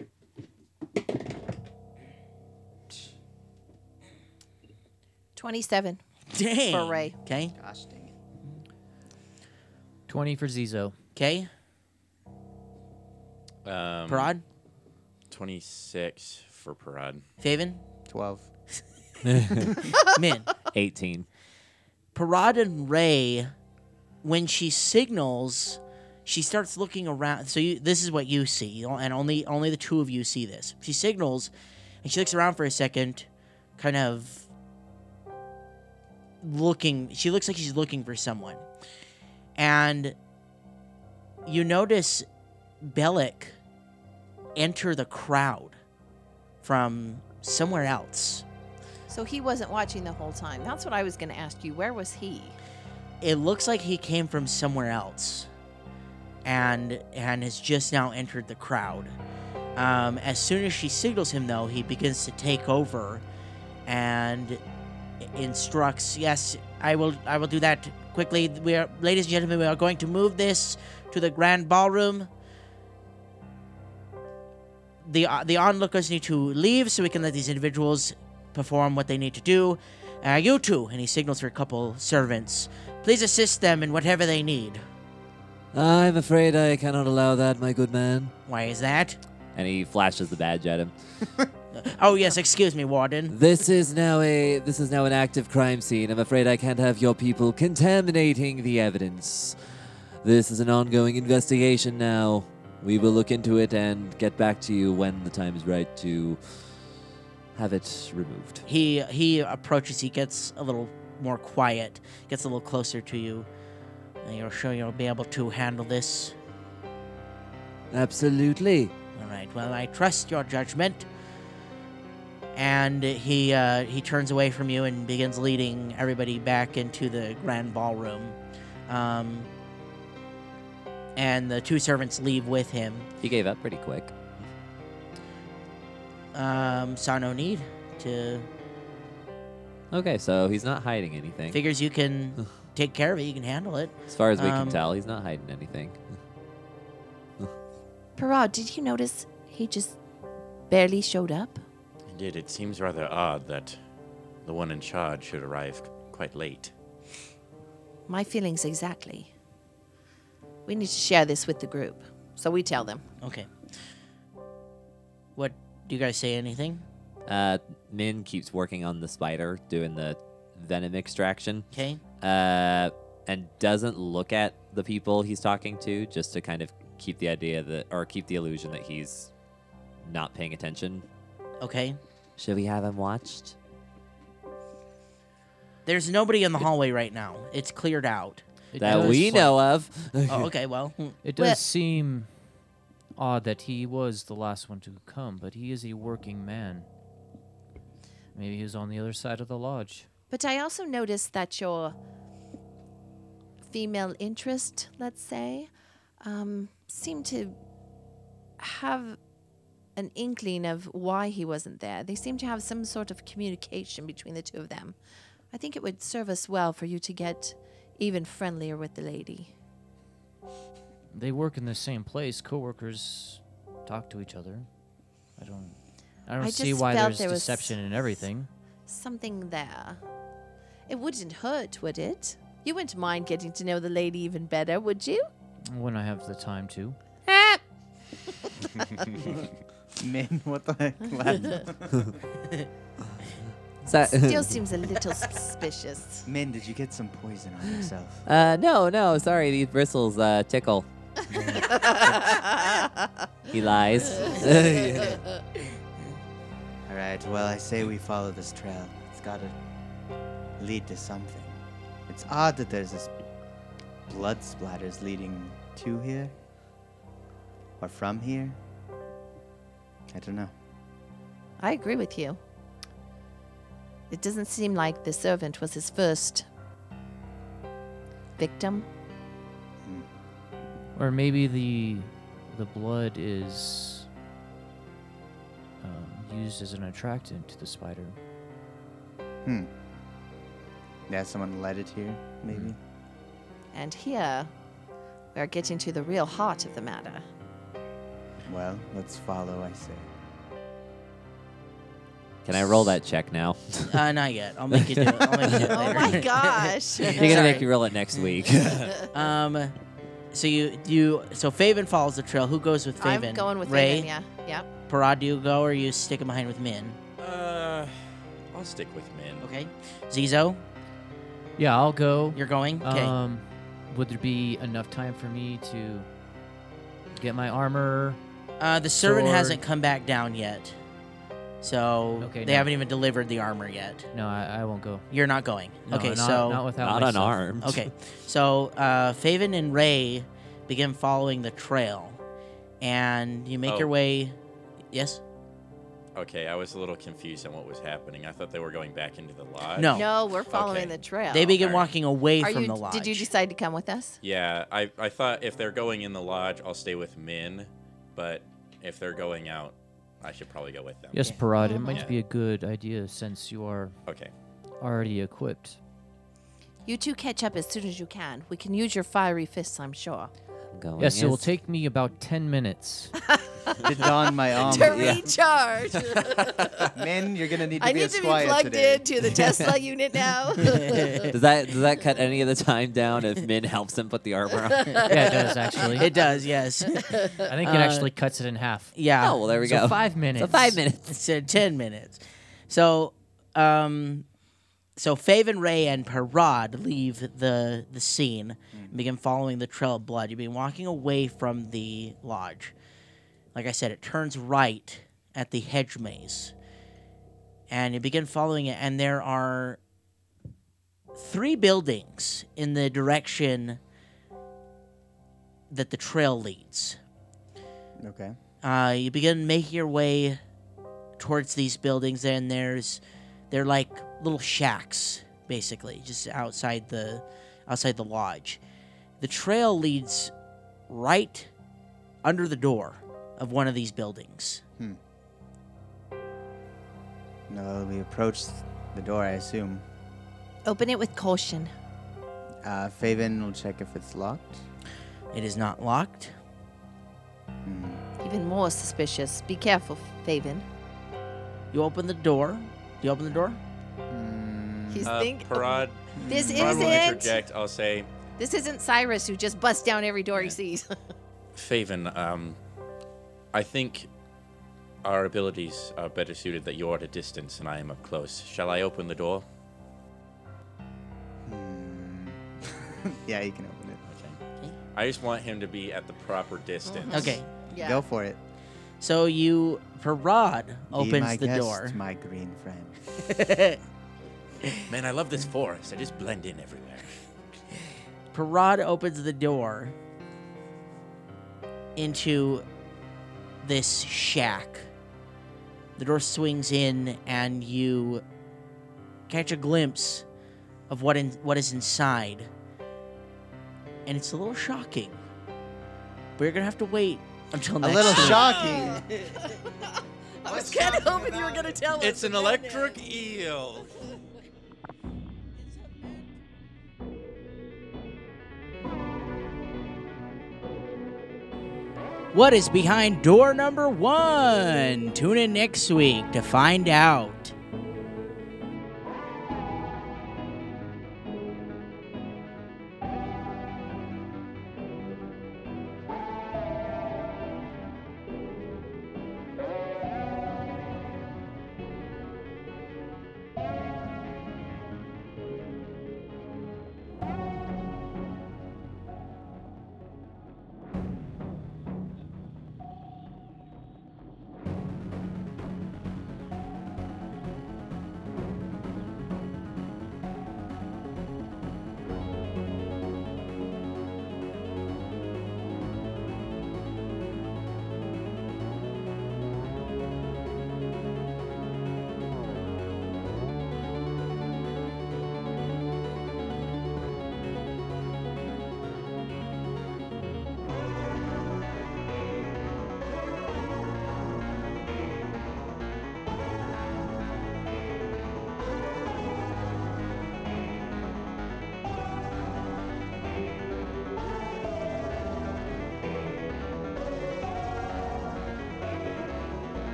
E: Twenty-seven.
A: Dang.
E: For Ray.
A: Okay.
D: Gosh dang it.
C: 20 for Zizo.
A: Okay.
B: Um,
A: Parad,
B: Twenty-six for Parad.
A: Faven,
D: Twelve.
A: Min,
F: 18.
A: Parad and Ray, when she signals, she starts looking around. So you, this is what you see, and only only the two of you see this. She signals, and she looks around for a second, kind of looking. She looks like she's looking for someone, and you notice Bellic enter the crowd from somewhere else.
E: So he wasn't watching the whole time. That's what I was going to ask you. Where was he?
A: it looks like he came from somewhere else and and has just now entered the crowd um, as soon as she signals him though he begins to take over and instructs yes i will i will do that quickly we are ladies and gentlemen we are going to move this to the grand ballroom the the onlookers need to leave so we can let these individuals perform what they need to do uh, you two and he signals for a couple servants Please assist them in whatever they need.
F: I'm afraid I cannot allow that, my good man.
A: Why is that?
F: And he flashes the badge at him.
A: Oh yes, excuse me, Warden.
F: This is now a this is now an active crime scene. I'm afraid I can't have your people contaminating the evidence. This is an ongoing investigation now. We will look into it and get back to you when the time is right to have it removed.
A: He he approaches. He gets a little more quiet. Gets a little closer to you. And you're sure you'll be able to handle this.
F: Absolutely.
A: All right. Well, I trust your judgment. And he uh, he turns away from you and begins leading everybody back into the grand ballroom. Um, and the two servants leave with him.
F: He gave up pretty quick.
A: Um, saw no need to
F: Okay, so he's not hiding anything.
A: Figures you can take care of it, you can handle it.
F: As far as we
A: Um,
F: can tell, he's not hiding anything.
E: Parad, did you notice he just barely showed up?
B: Indeed, it seems rather odd that the one in charge should arrive quite late.
E: My feelings exactly. We need to share this with the group. So we tell them.
A: Okay. What do you guys say anything?
F: Uh, Min keeps working on the spider, doing the venom extraction,
A: Okay.
F: uh, and doesn't look at the people he's talking to, just to kind of keep the idea that, or keep the illusion that he's not paying attention.
A: Okay.
F: Should we have him watched?
A: There's nobody in the hallway right now. It's cleared out.
C: It
F: That
C: does-
F: we know of.
A: Oh, okay, well, hmm.
C: It does
E: Well-
C: seem odd that he was the last one to come, but he is a working man. Maybe he was on the other side of the lodge.
E: But I also noticed that your female interest, let's say, um, seemed to have an inkling of why he wasn't there. They seemed to have some sort of communication between the two of them. I think it would serve us well for you to get even friendlier with the lady.
C: They work in the same place. Coworkers talk to each other. I don't. I don't
E: I
C: see
E: just
C: why
E: felt
C: there's
E: there was-
C: deception in everything.
E: Something there. It wouldn't hurt, would it? You wouldn't mind getting to know the lady even better, would you?
C: When I have the time to.
E: Ah!
D: Min, what the heck? lad?
F: So-
E: Still seems a little suspicious.
D: Min, did you get some poison on yourself?
F: uh, no, no, sorry, these bristles uh, tickle. he lies.
D: All right, well, I say we follow this trail. It's gotta lead to something. It's odd that there's this blood splatters leading to here or from here. I don't know.
E: I agree with you. It doesn't seem like the servant was his first victim.
C: Or maybe the the blood is um, used as an attractant to the spider.
D: Hmm. Yeah, someone led it here, maybe.
E: Mm-hmm. And here, we are getting to the real heart of the matter.
D: Well, let's follow, I say.
F: Can I roll that check now?
A: uh, not yet. I'll make you do it. I'll make you do it
E: Oh
A: later.
E: my gosh!
F: You're gonna
A: Sorry.
F: make me roll it next week.
A: Um, so you you so Faven follows the trail. Who goes with Faven?
E: I'm going with
A: Ray.
E: Raven, yeah. Yep.
A: Parad, do you go or you sticking behind with Min?
B: Uh, I'll stick with men.
A: Okay. Zizo,
C: Yeah, I'll go.
A: you're going? Okay.
C: Um, would there be enough time for me to get my armor?
A: Uh, the servant
C: Sword.
A: hasn't come back down yet. So
C: Okay,
A: they
C: no.
A: haven't even delivered the armor yet.
C: No, I, I won't go.
A: You're not going.
C: No,
A: okay,
C: not,
A: so
C: not without
F: Not
C: myself.
F: unarmed.
A: okay, so uh, Faven and Ray begin following the trail, and you make
B: Oh.
A: your way. Yes.
B: Okay, I was a little confused on what was happening. I thought they were going back into the lodge.
A: No.
E: No, we're following
B: Okay.
E: the trail.
A: They begin
B: alright.
A: walking away
E: Are
A: from
E: you,
A: the lodge.
E: Did you decide to come with us?
B: Yeah, I, I thought if they're going in the lodge, I'll stay with Min, but if they're going out, I should probably go with them.
C: Yes, Parad, it might
B: Yeah.
C: be a good idea since you are
B: Okay.
C: already equipped.
E: You two catch up as soon as you can. We can use your fiery fists, I'm sure.
F: Going
C: yes, it will
F: as-
C: take me about 10 minutes.
D: To don my
E: to
D: armor.
E: recharge.
D: Men, you're gonna need to
E: I
D: be
E: need
D: a
E: to be
D: squire
E: plugged
D: today.
E: into the Tesla unit now. All
F: Does that does that cut any of the time down if Min helps him put the armor on? oh,
C: yeah, it does, actually.
A: it does. Yes.
C: I think it
A: uh,
C: actually cuts it in half.
A: yeah.
F: well, there we
C: so
F: go.
C: five minutes.
F: So five minutes.
A: It said ten minutes. So, um, so Faven Ray and Parad leave the the scene and begin following the trail of blood. You've been walking away from the lodge. Like I said, it turns right at the hedge maze, and you begin following it. And there are three buildings in the direction that the trail leads.
D: Okay.
A: Uh, you begin making your way towards these buildings, and there's they're like little shacks, basically, just outside the outside the lodge. The trail leads right under the door of one of these buildings.
D: No, we approach the door. I assume.
E: Open it with caution.
D: Uh, Faven will check if it's locked.
A: It is not locked.
D: Hmm.
E: Even more suspicious. Be careful, Faven.
A: You open the door. Do you open the door?
D: Hmm.
E: He's
B: Uh,
E: thinking.
B: Parad,
E: this
B: I will
E: isn't.
B: interject. I'll say,
E: This isn't Cyrus who just busts down every door he sees.
B: Faven, um, I think our abilities are better suited that you're at a distance and I am up close. Shall I open the door?
D: Hmm. yeah, you can open it.
B: Okay. I just want him to be at the proper distance.
A: Okay.
E: yeah.
D: Go for it.
A: So you, Parad,
D: Be
A: opens
D: my
A: the
D: guest,
A: door.
D: My green friend.
B: Man, I love this forest. I just blend in everywhere.
A: Parad opens the door into this shack. The door swings in, and you catch a glimpse of what in, what is inside, and it's a little shocking. But you're gonna have to wait until
D: A
A: next
D: little
A: week.
D: shocking.
E: I was kind of hoping you were going to tell us.
B: It's an
E: and then it-
B: electric eel.
A: What is behind door number one? Tune in next week to find out.